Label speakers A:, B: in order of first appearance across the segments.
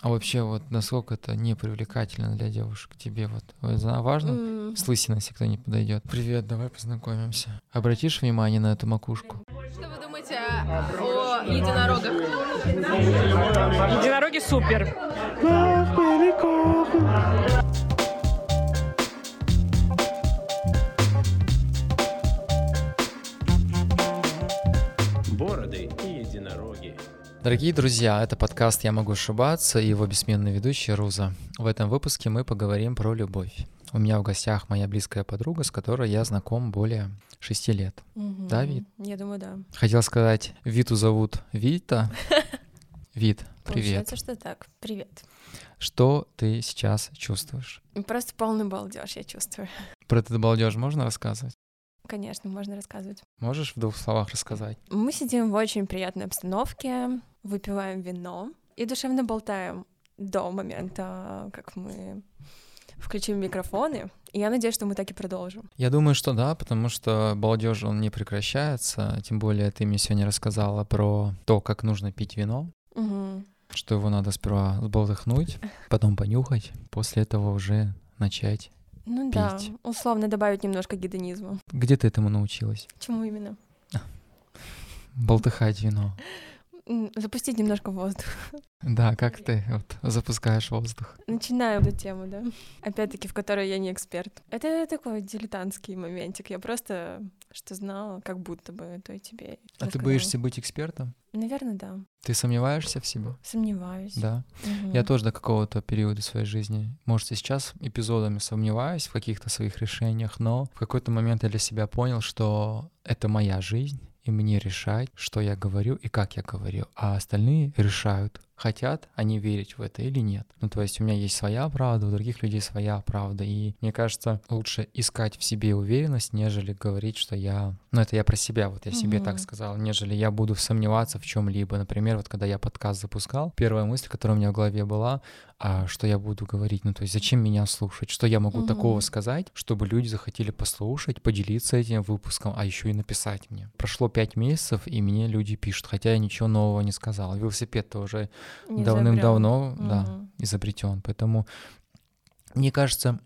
A: А вообще, вот насколько это не привлекательно для девушек тебе вот это важно?
B: М,
A: С лысиной, если кто не подойдет. Привет, давай познакомимся. Обратишь внимание на эту макушку?
B: Что вы думаете о единорогах?
C: Единороги супер.
D: Бороды и единороги.
A: Дорогие друзья, это подкаст «Я могу ошибаться» и его бессменный ведущий Руза. В этом выпуске мы поговорим про любовь. У меня в гостях моя близкая подруга, с которой я знаком более шести лет. Да, Вит?
B: Я думаю, да.
A: Хотел сказать, Виту зовут Вита. Вит, привет.
B: Получается, что так. Привет.
A: Что ты сейчас чувствуешь?
B: Просто полный балдеж, я чувствую.
A: Про этот балдеж можно рассказывать?
B: Конечно, можно рассказывать.
A: Можешь в двух словах рассказать?
B: Мы сидим в очень приятной обстановке, выпиваем вино и душевно болтаем до момента, как мы включим микрофоны. И я надеюсь, что мы так и продолжим.
A: Я думаю, что да, потому что балдеж, он не прекращается. Тем более ты мне сегодня рассказала про то, как нужно пить вино.
B: Мгм.
A: что его надо сперва сболтыхнуть, потом понюхать, после этого уже начать.
B: Ну да,
A: Пить.
B: условно добавить немножко гедонизма.
A: Где ты этому научилась?
B: Чему именно?
A: Болтыхать вино.
B: М, Запустить немножко воздух.
A: Да, как ты вот, запускаешь воздух.
B: Начинаю эту тему, да. Опять-таки, в которой я не эксперт. Это такой дилетантский моментик. Я просто что знала, как будто бы, то и тебе.
A: А ты
B: рассказала.
A: боишься быть экспертом?
B: Наверное, да.
A: Ты сомневаешься в себе?
B: Сомневаюсь.
A: Да.
B: Мгм.
A: Я тоже до какого-то периода своей жизни, может, и сейчас эпизодами сомневаюсь в каких-то своих решениях, но в какой-то момент я для себя понял, что это моя жизнь, и мне решать, что я говорю и как я говорю, а остальные решают, хотят они верить в это или нет. Ну, то есть у меня есть своя правда, у других людей своя правда, и мне кажется, лучше искать в себе уверенность, нежели говорить, что я... Ну, это я про себя, вот я себе так
B: Мгм.
A: сказал, нежели я буду сомневаться в чем либо Например, вот когда я подкаст запускал, первая мысль, которая у меня в голове была, а что я буду говорить, ну то есть зачем меня слушать, что я могу такого
B: Мгм.
A: сказать, чтобы люди захотели послушать, поделиться этим выпуском, а еще и написать мне. Прошло пять месяцев, и мне люди пишут, хотя я ничего нового не сказал. Велосипед-то уже
B: Не
A: давным-давно,
B: забрала.
A: да,
B: Мгм.
A: изобретен. Поэтому, мне кажется,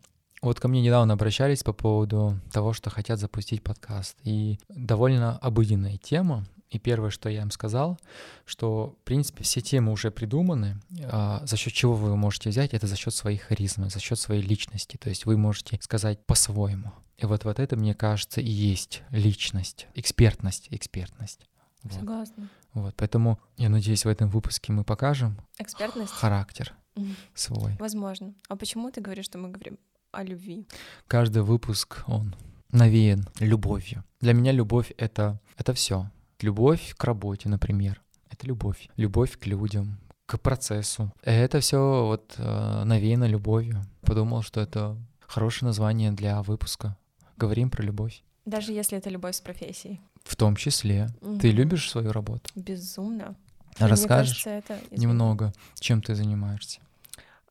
A: вот ко мне недавно обращались по поводу того, что хотят запустить подкаст. И довольно обыденная тема. И первое, что я им сказал, что, в принципе, все темы уже придуманы. а, за счет чего вы можете взять, это за счет своей харизмы, за счет своей личности. То есть вы можете сказать по-своему. И вот вот это, мне кажется, и есть личность, экспертность, экспертность. Вот.
B: Согласна.
A: вот, поэтому я надеюсь, в этом выпуске мы покажем
B: Экспертность?
A: характер
B: Мгм.
A: свой.
B: Возможно. А почему ты говоришь, что мы говорим о любви?
A: каждый выпуск, он навеян любовью. Для меня любовь — это, это все. Любовь к работе, например, это любовь. Любовь к людям, к процессу. Это все вот э, навеяно любовью. Подумал, что это хорошее название для выпуска. Говорим про любовь.
B: Даже если это любовь с профессией.
A: В том числе. Ты
B: Мгм.
A: любишь свою работу?
B: Безумно. И
A: Расскажешь
B: Мне кажется, это... извини.
A: немного, чем ты занимаешься?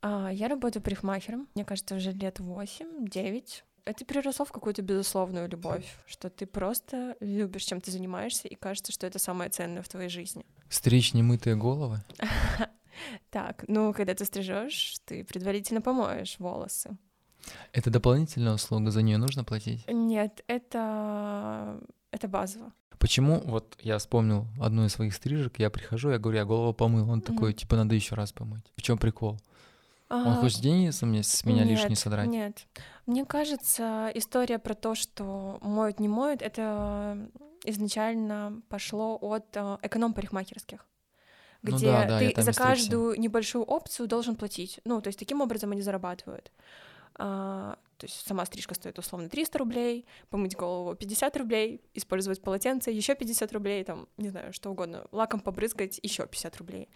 B: А, Я работаю парикмахером, мне кажется, уже лет 8-9. Это переросло в какую-то безусловную любовь, что ты просто любишь, чем ты занимаешься, и кажется, что это самое ценное в твоей жизни.
A: Стричь немытые головы?
B: Так, ну, когда ты стрижешь, ты предварительно помоешь волосы.
A: Это дополнительная услуга, за нее нужно платить?
B: Нет, это... это базово.
A: Почему? Вот я вспомнил одну из своих стрижек, я прихожу, я говорю, я голову помыл. Он такой,
B: Мгм.
A: типа, надо еще раз помыть. В чем прикол? Он
B: А,
A: хочет деньги со мне, с меня лишние
B: нет,
A: содрать?
B: Нет. Мне кажется, история про то, что моют, не моют, это изначально пошло от э, эконом-парикмахерских.
A: Ну
B: Где
A: да, да, я
B: ты
A: там и
B: за
A: стригся.
B: каждую небольшую опцию должен платить. Ну, то есть таким образом они зарабатывают. А, то есть сама стрижка стоит условно 300 рублей, помыть голову 50 рублей, использовать полотенце еще 50 рублей, там, не знаю, что угодно, лаком побрызгать еще 50 рублей.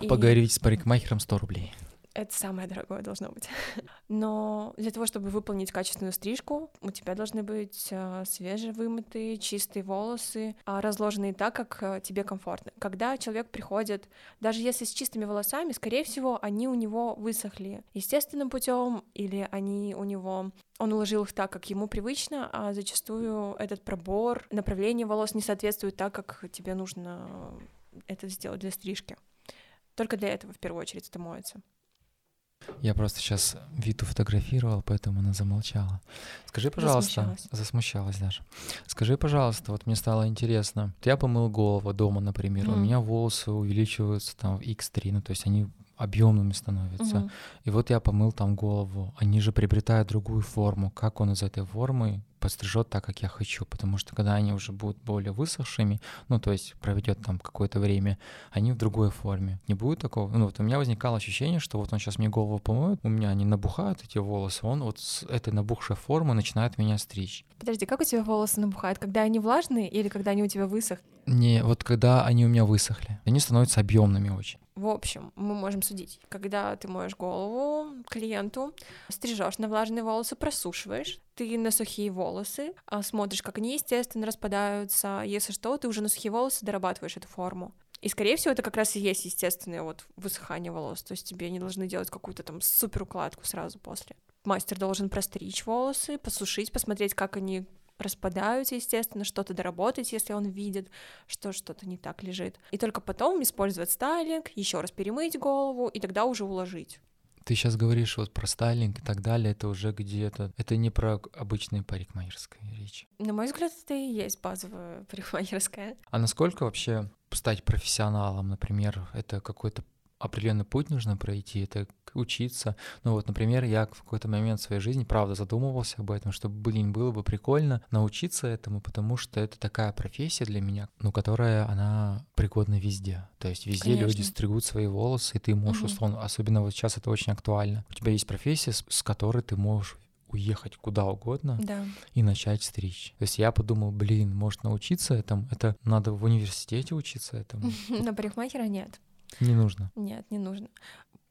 B: И-
A: Поговорить с парикмахером 100 рублей.
B: это самое дорогое должно быть. Но для того, чтобы выполнить качественную стрижку, у тебя должны быть э, свежевымытые, чистые волосы, а, разложенные так, как э, тебе комфортно. Когда человек приходит, даже если с чистыми волосами, скорее всего, они у него высохли естественным путем, или они у него он уложил их так, как ему привычно, а зачастую этот пробор, э, направление волос не соответствует так, как тебе нужно это сделать для стрижки. Только для этого в первую очередь это моется.
A: Я просто сейчас Виту фотографировал, поэтому она замолчала. Скажи, пожалуйста,
B: Засмущалась.
A: засмущалась, даже. Скажи, пожалуйста, вот мне стало интересно. Вот Я помыл голову дома, например, у
B: Мгм.
A: меня волосы увеличиваются там в X3, ну то есть они объемными становятся.
B: Мгм.
A: И вот я помыл там голову. Они же приобретают другую форму. Как он из этой формы подстрижет так, как я хочу? Потому что когда они уже будут более высохшими, ну, то есть проведет там какое-то время, они в другой форме. Не будет такого? Ну, вот у меня возникало ощущение, что вот он сейчас мне голову помоет, у меня они набухают, эти волосы, он вот с этой набухшей формы начинает меня стричь.
B: Подожди, как у тебя волосы набухают? Когда они влажные или когда они у тебя высох?
A: Не, вот когда они у меня высохли, они становятся объемными очень.
B: В общем, мы можем судить, когда ты моешь голову клиенту, стрижешь на влажные волосы, просушиваешь, ты на сухие волосы, а, смотришь, как они естественно распадаются, если что, ты уже на сухие волосы дорабатываешь эту форму. И, скорее всего, это как раз и есть естественное вот высыхание волос, то есть тебе не должны делать какую-то там супер укладку сразу после. Мастер должен простричь волосы, посушить, посмотреть, как они распадаются, естественно, что-то доработать, если он видит, что что-то не так лежит. И только потом использовать стайлинг, еще раз перемыть голову и тогда уже уложить.
A: Ты сейчас говоришь вот про стайлинг и так далее, это уже где-то... Это не про обычные парикмахерские речи.
B: На мой взгляд, это и есть базовая парикмахерская.
A: А насколько вообще стать профессионалом, например, это какой-то определенный путь нужно пройти, это к- учиться. Ну вот, например, я в какой-то момент в своей жизни, правда, задумывался об этом, что, блин, было бы прикольно научиться этому, потому что это такая профессия для меня, ну, которая, она пригодна везде. То есть везде люди
B: Конечно.
A: стригут свои волосы, и ты можешь,
B: Мгм.
A: условно, особенно вот сейчас это очень актуально. У тебя есть профессия, с- с которой ты можешь уехать куда угодно,
B: Да.
A: и начать стричь. То есть я подумал, блин, может научиться этому, это надо в университете учиться этому,
B: На парикмахера нет.
A: не нужно.
B: Нет, не нужно.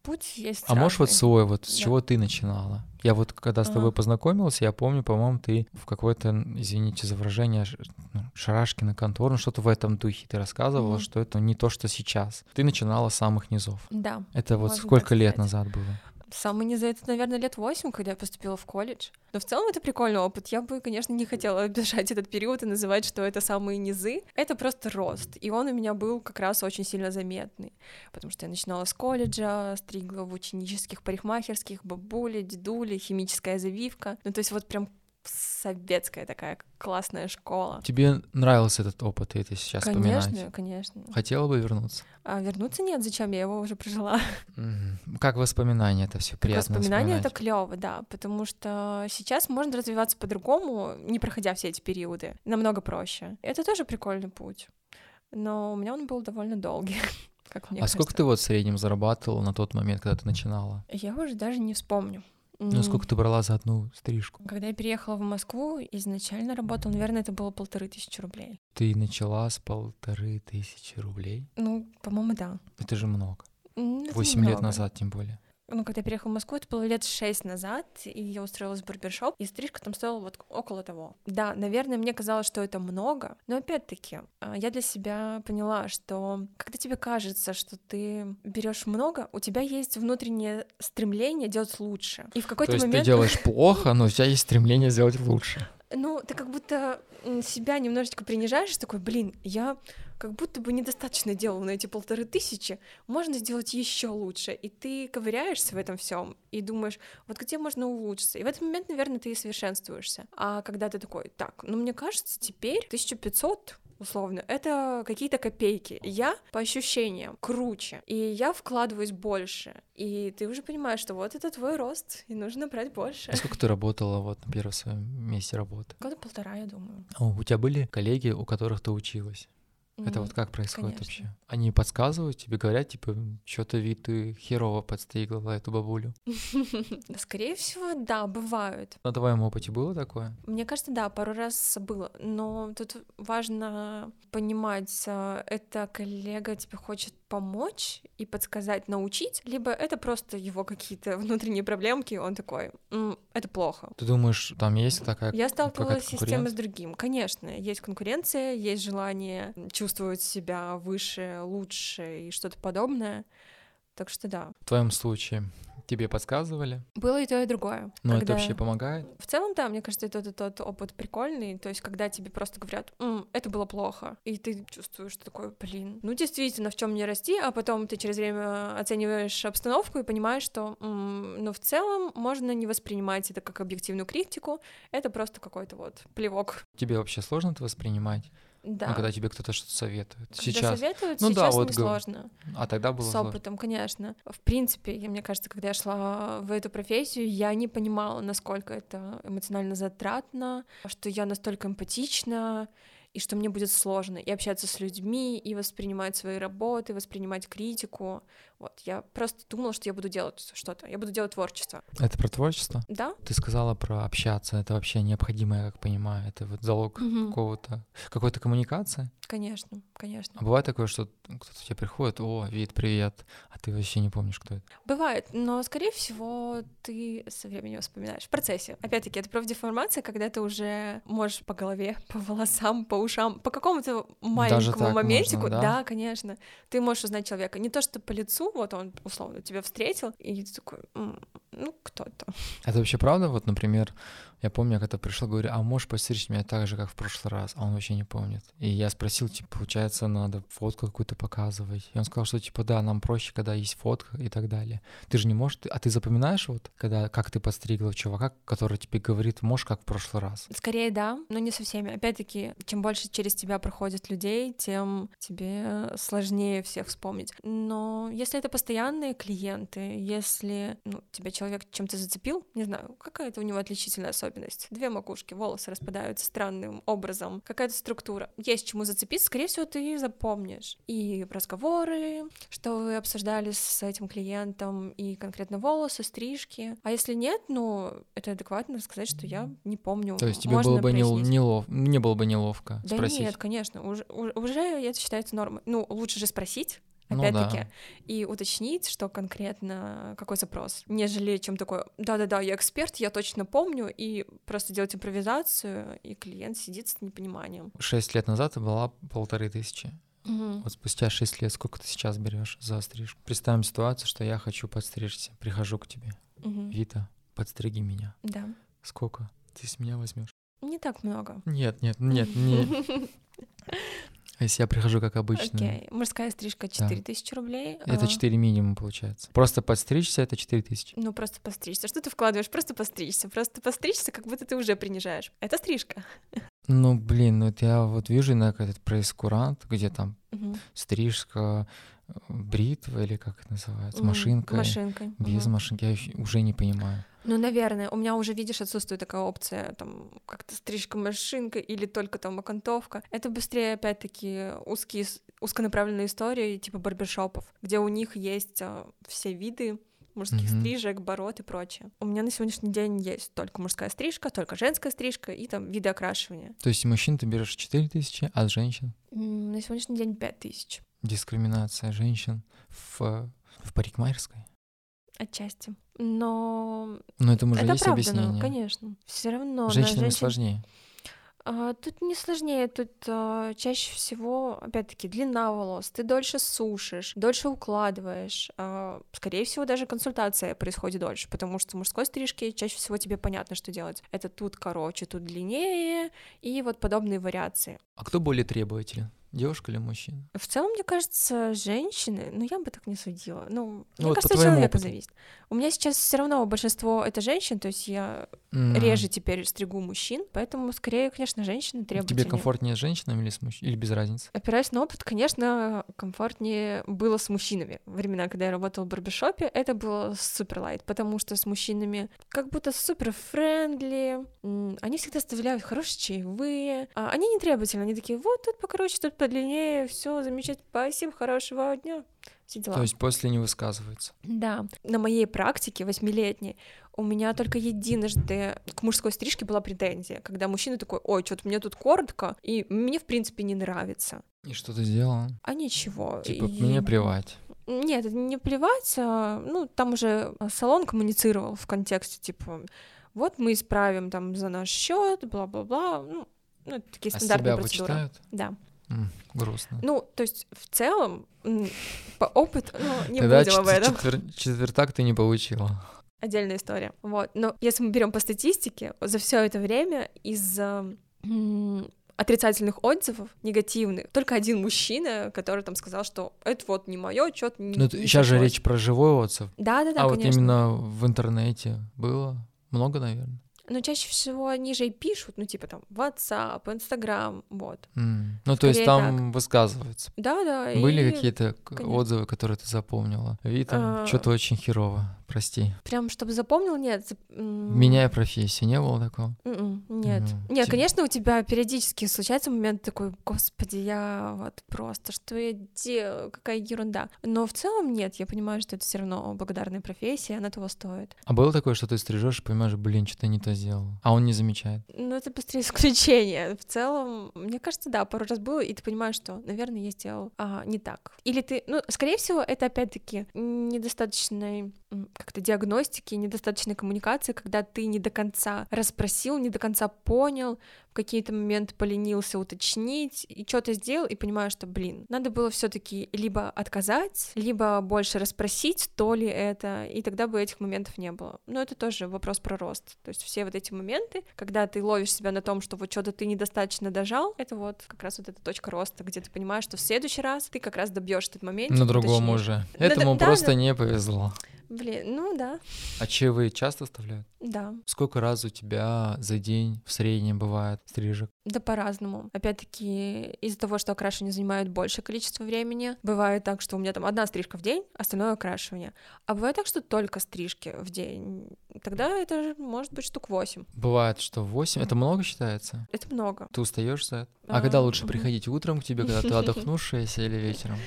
B: Путь есть
A: А можешь вот
B: разный.
A: свой, вот с
B: Да.
A: чего ты начинала? Я вот когда с
B: Ага.
A: тобой познакомился, я помню, по-моему, ты в какой-то, н- извините за выражение, ш- ну, шарашкина контор, ну что-то в этом духе. Ты рассказывала,
B: Мгм.
A: что это не то, что сейчас. Ты начинала с самых низов.
B: Да.
A: Это вот
B: Можно так
A: сколько лет
B: сказать.
A: назад было?
B: Самый не за это, наверное, лет восемь, когда я поступила в колледж. Но в целом это прикольный опыт. Я бы, конечно, не хотела обижать этот период и называть, что это самые низы. Это просто рост. И он у меня был как раз очень сильно заметный. Потому что я начинала с колледжа, стригла в ученических парикмахерских, бабули, дедули, химическая завивка. Ну, то есть вот прям советская такая классная школа.
A: Тебе нравился этот опыт, и ты сейчас вспоминаешь?
B: А Конечно, конечно.
A: Хотела бы вернуться?
B: А вернуться нет, зачем? Я его уже прожила.
A: Мгм. Как воспоминания это все
B: Как
A: приятно
B: воспоминания это
A: вспоминать.
B: клево, да, потому что сейчас можно развиваться по-другому, не проходя все эти периоды. Намного проще. Это тоже прикольный путь. Но у меня он был довольно долгий, как мне
A: а сколько ты вот в среднем зарабатывала на тот момент, когда ты начинала?
B: Я уже даже не вспомню.
A: Ну, сколько ты брала за одну стрижку?
B: Когда я переехала в Москву, изначально работала, наверное, это было полторы тысячи рублей.
A: Ты начала с полторы тысячи рублей.
B: Ну, по-моему, да.
A: Это же много.
B: М, Ну, это
A: Восемь лет
B: немного.
A: назад, тем более.
B: Ну, когда я переехала в Москву, это было лет шесть назад, и я устроилась в барбершоп, и стрижка там стоила вот около того. Да, наверное, мне казалось, что это много, но опять-таки а, я для себя поняла, что когда тебе кажется, что ты берешь много, у тебя есть внутреннее стремление делать лучше. И в
A: То
B: какой-то
A: есть
B: момент...
A: ты делаешь плохо, но у тебя есть стремление сделать лучше.
B: Ну, ты как будто м, себя немножечко принижаешь, такой, блин, я как будто бы недостаточно делала на эти полторы тысячи, можно сделать еще лучше. И ты ковыряешься в этом всем и думаешь, вот где можно улучшиться. И в этот момент, наверное, ты и совершенствуешься. А когда ты такой, так, ну мне кажется, теперь 1500 условно, это какие-то копейки. Я по ощущениям круче, и я вкладываюсь больше. И ты уже понимаешь, что вот это твой рост, и нужно брать больше.
A: А Сколько ты работала вот на первом своем месте работы?
B: Года полтора, я думаю.
A: О, у тебя были коллеги, у которых ты училась? Это
B: М.
A: вот как происходит
B: конечно.
A: вообще? Они подсказывают тебе, говорят, типа, что-то вид ты херово подстригла эту бабулю.
B: Да, Скорее всего, да, бывают.
A: На твоем опыте было такое?
B: Мне кажется, да, пару раз было. Но тут важно понимать, а, это коллега тебе хочет помочь и подсказать, научить, либо это просто его какие-то внутренние проблемки, и он такой, «М, это плохо.
A: Ты думаешь, там есть такая
B: Я
A: какая-то
B: сталкивалась с тем и
A: конкуренция?
B: с другим. Конечно, есть конкуренция, есть желание чувствовать себя выше, лучше и что-то подобное. Так что да.
A: В твоем случае Тебе подсказывали?
B: Было и то, и другое.
A: Но это
B: Когда-
A: вообще помогает?
B: В целом, да, мне кажется, это тот, тот опыт прикольный. То есть, когда тебе просто говорят, «М, это было плохо, и ты чувствуешь что такое, блин, ну действительно, в чем мне расти, а потом ты через время оцениваешь обстановку и понимаешь, что, «М, ну в целом можно не воспринимать это как объективную критику, это просто какой-то вот плевок.
A: Тебе вообще сложно это воспринимать?
B: Да.
A: Ну, когда тебе кто-то что-то советует.
B: Когда
A: Сейчас.
B: советуют,
A: Ну да,
B: сейчас
A: вот
B: не
A: говорю.
B: сложно.
A: А тогда было
B: с
A: сложно.
B: опытом, конечно. В принципе, я- мне кажется, когда я шла в эту профессию, я не понимала, насколько это эмоционально затратно, что я настолько эмпатична, и что мне будет сложно и общаться с людьми, и воспринимать свои работы, воспринимать критику. Вот, я просто думала, что я буду делать что-то, я буду делать творчество.
A: Это про творчество?
B: Да?
A: Ты сказала про общаться. Это вообще необходимо, я как понимаю. Это вот залог
B: Мгм.
A: какого-то какой-то коммуникации.
B: Конечно, конечно.
A: А бывает такое, что кто-то к тебе приходит, о, Вит, привет, а ты вообще не помнишь, кто это.
B: Бывает, но, скорее всего, ты со временем вспоминаешь в процессе. Опять-таки, это профдеформация, когда ты уже можешь по голове, по волосам, по ушам, по какому-то маленькому
A: так
B: моментику,
A: можно, да?
B: конечно, ты можешь узнать человека. Не то, что по лицу, вот он условно тебя встретил, и ты такой, «М, ну, кто это?
A: Это вообще правда? Вот, например, я помню, я когда пришел, говорю, а можешь постричь меня так же, как в прошлый раз? А он вообще не помнит. И я спросил, типа, получается, надо фотку какую-то показывать. И он сказал, что, типа, да, нам проще, когда есть фотка и так далее. Ты же не можешь... ты- А ты запоминаешь вот, когда, как ты подстригла чувака, который тебе говорит, можешь, как в прошлый раз?
B: Скорее, да, но не со всеми. Опять-таки, чем больше через тебя проходит людей, тем тебе сложнее всех вспомнить. Но если это постоянные клиенты, если ну, тебя человек чем-то зацепил, не знаю, какая-то у него отличительная особенность. Две макушки, волосы распадаются странным образом, какая-то структура. Есть чему зацепиться, скорее всего, ты запомнишь. И разговоры, что вы обсуждали с этим клиентом, и конкретно волосы, стрижки. А если нет, ну, это адекватно сказать, что я не помню.
A: То есть тебе
B: Можно
A: было бы нел-
B: прояснить.
A: нелов- не было бы неловко
B: Да
A: спросить.
B: нет, конечно, уже, у- уже это считается нормой. Ну, лучше же спросить,
A: Ну
B: опять-таки,
A: да.
B: и уточнить, что конкретно, какой запрос, нежели чем такой, да-да-да, я эксперт, я точно помню, и просто делать импровизацию, и клиент сидит с непониманием.
A: Шесть лет назад была полторы тысячи. Вот спустя 6 лет сколько ты сейчас берешь за стрижку? Представим ситуацию, что я хочу подстричься. Прихожу к тебе.
B: Мгм.
A: Вита, подстриги меня.
B: Да,
A: Сколько? Ты с меня возьмешь?
B: не так много.
A: Нет, нет, нет, нет. А если я прихожу как обычно?
B: Окей, мужская стрижка 4000 рублей.
A: Это
B: а,
A: 4 минимум получается. Просто подстричься это 4 тысячи.
B: Ну, просто постричься. Что ты вкладываешь? Просто постричься. Просто постричься, как будто ты уже принижаешь. Это стрижка.
A: Ну, блин, ну это я вот вижу на этот прейскурант, где там
B: Мгм.
A: стрижка, э, бритва или как это называется,
B: М,
A: машинка.
B: Машинкой.
A: Без
B: Мгм.
A: машинки я ещё уже не понимаю.
B: Ну, наверное, у меня уже, видишь, отсутствует такая опция, там, как-то стрижка машинка или только там окантовка. Это быстрее, опять-таки, узкие, с- узконаправленные истории, типа барбершопов, где у них есть а, все виды мужских
A: Мгм.
B: стрижек, бород и прочее. У меня на сегодняшний день есть только мужская стрижка, только женская стрижка и там виды окрашивания.
A: То есть мужчин ты берешь 4 тысячи, а женщин
B: М, На сегодняшний день пять тысяч.
A: дискриминация женщин в, э, в парикмахерской?
B: Отчасти. Но
A: Но этому же
B: это
A: есть
B: оправдано,
A: объяснение.
B: конечно. Все равно на
A: Женщинам
B: женщин-
A: сложнее.
B: А, Тут не сложнее, тут а, чаще всего, опять-таки, длина волос, ты дольше сушишь, дольше укладываешь. а, Скорее всего, даже консультация происходит дольше, потому что в мужской стрижке чаще всего тебе понятно, что делать. Это тут короче, тут длиннее, и вот подобные вариации.
A: А кто более требователен? Девушка или мужчина?
B: В целом, мне кажется, женщины, ну я бы так не судила. Ну, мне
A: вот по
B: кажется, от
A: твоему
B: человека
A: опыту.
B: зависит. У меня сейчас все равно большинство это женщин, то есть я
A: М,
B: реже теперь стригу мужчин, поэтому скорее, конечно, женщины требуют.
A: Тебе комфортнее с женщинами или с мужчинами? Или без разницы?
B: Опираясь на опыт, конечно, комфортнее было с мужчинами. Времена, когда я работала в барбершопе, это было супер лайт, потому что с мужчинами как будто супер френдли, м, они всегда оставляют хорошие чаевые, а они не требовательны, они такие, вот тут покороче, тут подлиннее, все замечательно, спасибо, хорошего дня, все дела.
A: То есть после не высказывается.
B: Да. На моей практике, восьмилетней, у меня только единожды к мужской стрижке была претензия, когда мужчина такой, ой, что-то мне тут коротко, и мне, в принципе, не нравится.
A: И что ты сделала?
B: А ничего.
A: Типа,
B: и-
A: мне плевать.
B: Нет, это не плевать, а, ну, там уже а, салон коммуницировал в контексте, типа, вот мы исправим там за наш счет, бла-бла-бла, ну, ну, это такие
A: А с
B: стандартные
A: тебя
B: процедуры.
A: вычитают?
B: Да.
A: М, грустно.
B: Ну, то есть в целом м, по опыту, ну, не
A: Тогда
B: будем об
A: чет-
B: этом.
A: четвер- четвертак ты не получила.
B: Отдельная история. Вот. Но если мы берем по статистике, за все это время из э, м, отрицательных отзывов, негативных, только один мужчина, который там сказал, что это вот не мое, что-то не...
A: Ну, сейчас же речь про живой отзыв.
B: Да, да, да,
A: а
B: конечно.
A: вот именно в интернете было много, наверное.
B: Но чаще всего они же и пишут, ну, типа там, WhatsApp, Instagram, вот.
A: М. Ну, то есть
B: Скорее
A: там высказываются.
B: Да, да.
A: Были
B: и
A: какие-то к-
B: конечно.
A: отзывы, которые ты запомнила? Ви там
B: А.
A: что-то очень херово, прости.
B: Прям, чтобы запомнил, нет. зап- м,
A: Меняя профессию, не было такого?
B: Мгм, Нет.
A: Ну,
B: Нет,
A: ти-
B: конечно, у тебя периодически случается момент такой, господи, я вот просто, что я делаю, какая ерунда. Но в целом нет, я понимаю, что это все равно благодарная профессия, она того стоит.
A: А было такое, что ты стрижешь и понимаешь, блин, что-то не то сделал, а он не замечает?
B: Но Ну, это быстрее исключение. В целом, мне кажется, да, пару раз было, и ты понимаешь, что, наверное, я сделал а, не так. Или ты, ну, скорее всего, это опять-таки недостаточной м, как-то диагностики, недостаточной коммуникации, когда ты не до конца расспросил, не до конца понял, в какие-то моменты поленился уточнить и что-то сделал, и понимаю, что, блин, надо было все таки либо отказать, либо больше расспросить, то ли это, и тогда бы этих моментов не было. Но это тоже вопрос про рост. То есть все вот эти моменты, когда ты ловишь себя на том, что вот что-то ты недостаточно дожал, это вот как раз вот эта точка роста, где ты понимаешь, что в следующий раз ты как раз добьешь этот момент.
A: На другом
B: уточнишь.
A: уже.
B: Да,
A: Этому
B: да, да,
A: просто
B: да.
A: не повезло.
B: Блин, ну да,
A: А чаевые часто оставляют?
B: да.
A: Сколько раз у тебя за день в среднем бывает стрижек?
B: Да по-разному. Опять-таки, из-за того, что окрашивание занимает большее количество времени, бывает так, что у меня там одна стрижка в день, остальное окрашивание. А бывает так, что только стрижки в день. Тогда это же может быть штук 8.
A: Бывает, что 8. Это много считается?
B: Это много.
A: Ты устаешь за это? А,
B: А,
A: когда лучше
B: мгм.
A: приходить утром к тебе, когда ты отдохнувшаяся или вечером?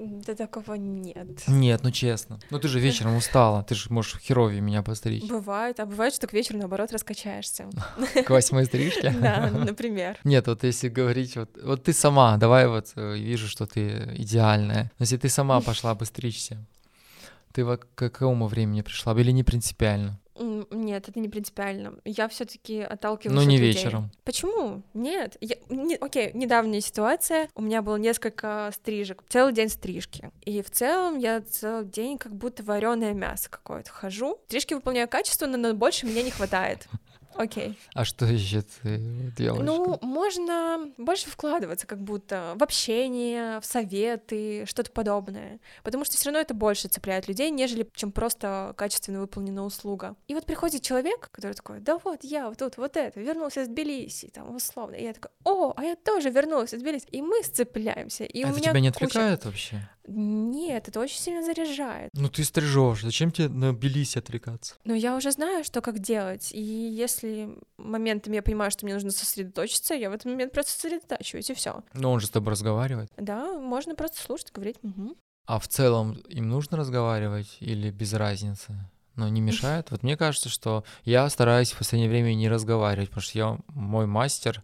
B: Да такого нет.
A: Нет, ну честно. Ну ты же вечером устала. Ты же можешь херовье меня постричь.
B: Бывает, а бывает, что к вечеру, наоборот, раскачаешься.
A: К восьмой стрижке.
B: Да, например.
A: Нет, вот если говорить, вот, вот ты сама, давай вот э, вижу, что ты идеальная. Но если ты сама пошла бы стричься, ты во- к какому времени пришла бы или не принципиально?
B: М, Нет, это не принципиально. Я все таки отталкиваюсь
A: ну
B: от
A: не
B: людей.
A: вечером.
B: Почему? Нет. Я- не- окей, недавняя ситуация. У меня было несколько стрижек. Целый день стрижки. И в целом я целый день как будто вареное мясо какое-то хожу. Стрижки выполняю качественно, но больше мне не хватает. Окей.
A: А что еще ты делаешь?
B: Ну, можно больше вкладываться как будто в общение, в советы, что-то подобное. Потому что все равно это больше цепляет людей, нежели чем просто качественно выполнена услуга. И вот приходит человек, который такой, да вот я вот тут вот это, вернулся из Тбилиси, там условно. И я такая, о, а я тоже вернулась из Тбилиси. И мы сцепляемся. И у
A: А это
B: меня
A: тебя не
B: куча-
A: отвлекает вообще?
B: Нет, это очень сильно заряжает.
A: Ну ты стрижешь, зачем тебе на Белисе отвлекаться?
B: Но я уже знаю, что как делать. И если моментами я понимаю, что мне нужно сосредоточиться, я в этот момент просто сосредотачиваюсь, и все.
A: Ну он же с тобой разговаривает.
B: Да, можно просто слушать, говорить. мгм.
A: А в целом им нужно разговаривать или без разницы? Но не мешает? Вот мне кажется, что я стараюсь в последнее время не разговаривать, потому что я мой мастер,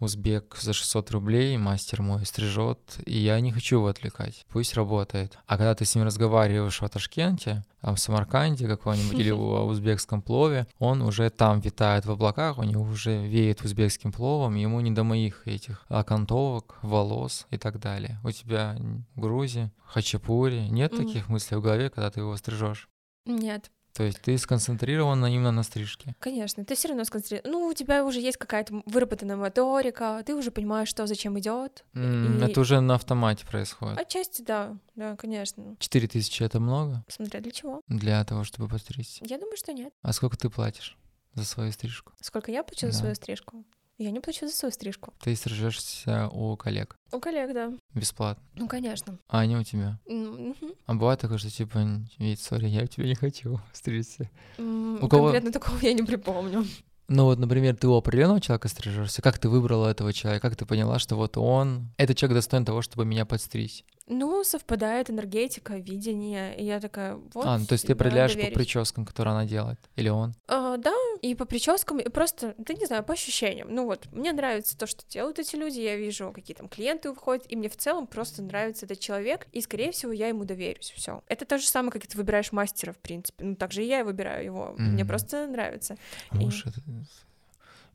A: узбек за 600 рублей, мастер мой стрижет, и я не хочу его отвлекать. Пусть работает. А когда ты с ним разговариваешь о Ташкенте, там, в Самарканде какой-нибудь или в узбекском плове, он уже там витает в облаках, у него уже веет узбекским пловом, ему не до моих этих окантовок, волос и так далее. У тебя в Грузии, хачапури, нет
B: Мгм.
A: таких мыслей в голове, когда ты его стрижешь?
B: Нет,
A: То есть ты сконцентрирована именно на стрижке.
B: конечно, ты все равно сконцентрирован. Ну, у тебя уже есть какая-то м- выработанная моторика, ты уже понимаешь, что зачем идет.
A: М, Это уже на автомате происходит.
B: Отчасти, да, да, конечно.
A: 4000 это много?
B: Смотря для чего.
A: для того, чтобы подстричься.
B: Я думаю, что нет.
A: А сколько ты платишь за свою стрижку?
B: Сколько я плачу
A: Да.
B: за свою стрижку? Я не плачу за свою стрижку.
A: Ты стрижешься у коллег
B: У коллег, да.
A: бесплатно,
B: Ну, конечно.
A: а они у тебя.
B: М, мгм.
A: А бывает такое, что типа, «Н- вид, сори, я у тебя не хочу стричься.
B: М,
A: У кого-
B: Конкретно такого я не припомню.
A: Ну вот, например, ты у определенного человека стрижешься. Как ты выбрала этого человека? Как ты поняла, что вот он, этот человек достоин того, чтобы меня подстричь?
B: Ну, совпадает энергетика, видение, и я такая, вот.
A: а, ну то есть ты
B: надо
A: определяешь по
B: верить.
A: прическам, которые она делает, или он?
B: А, да, и по прическам, и просто, да не знаю, по ощущениям. Ну вот, мне нравится то, что делают эти люди, я вижу, какие там клиенты выходят, и мне в целом просто нравится этот человек, и, скорее всего, я ему доверюсь, все. Это то же самое, как и ты выбираешь мастера, в принципе. Ну, также и я выбираю его, мне
A: Мгм.
B: просто нравится.
A: А
B: И-
A: Может, это-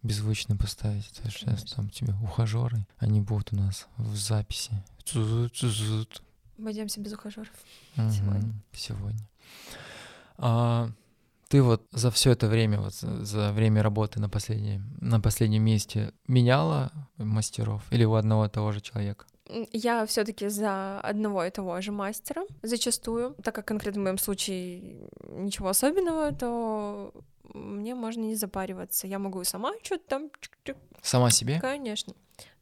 A: беззвучно поставить. Потому что сейчас там тебе ухажеры, они будут у нас в записи. Цузут, цузут.
B: Обойдемся без ухажеров.
A: Мгм,
B: Сегодня.
A: Сегодня. А ты вот за все это время, вот за за время работы на последнем, на последнем месте меняла мастеров или у одного и того же человека?
B: М, Я все-таки за одного и того же мастера зачастую, так как конкретно в моем случае ничего особенного, то мне можно не запариваться. Я могу и сама что-то там, чик-чик.
A: Сама себе?
B: конечно.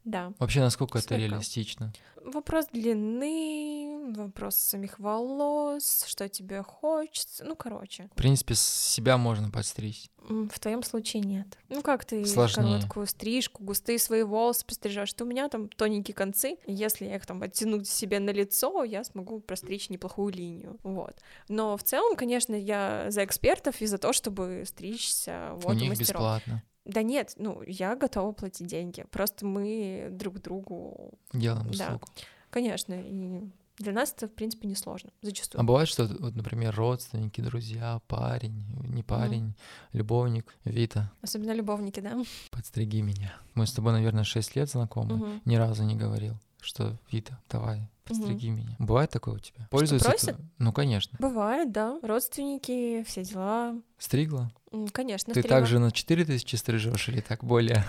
B: Да.
A: Вообще, насколько это
B: Слегка.
A: реалистично?
B: Вопрос длины, вопрос самих волос, что тебе хочется. Ну, короче,
A: В принципе, с себя можно подстричь.
B: м, в твоем случае нет. Ну, как ты
A: Сложнее.
B: короткую стрижку, густые свои волосы пострижешь, то у меня там тоненькие концы. и Если я их там оттяну себе на лицо, я смогу простричь неплохую линию. Вот. Но в целом, конечно, я за экспертов и за то, чтобы стричься вот
A: у них
B: мастеров.
A: бесплатно.
B: Да нет, ну, я готова платить деньги. Просто мы друг другу
A: Делаем
B: Да.
A: услугу.
B: Конечно, и для нас это, в принципе, несложно, зачастую.
A: А бывает, что, вот, например, родственники, друзья, парень, не парень, любовник, Вита,
B: Особенно любовники, да?
A: подстриги меня. Мы с тобой, наверное, 6 лет знакомы.
B: Мгм.
A: Ни разу не говорил, что Вита, давай, подстриги меня. Бывает такое у тебя?
B: просят?
A: это- Ну, конечно.
B: Бывает, да. Родственники, все дела.
A: Стригла?
B: М, Конечно,
A: Ты
B: Ну, стригла.
A: также на 4000 стрижешь или так более?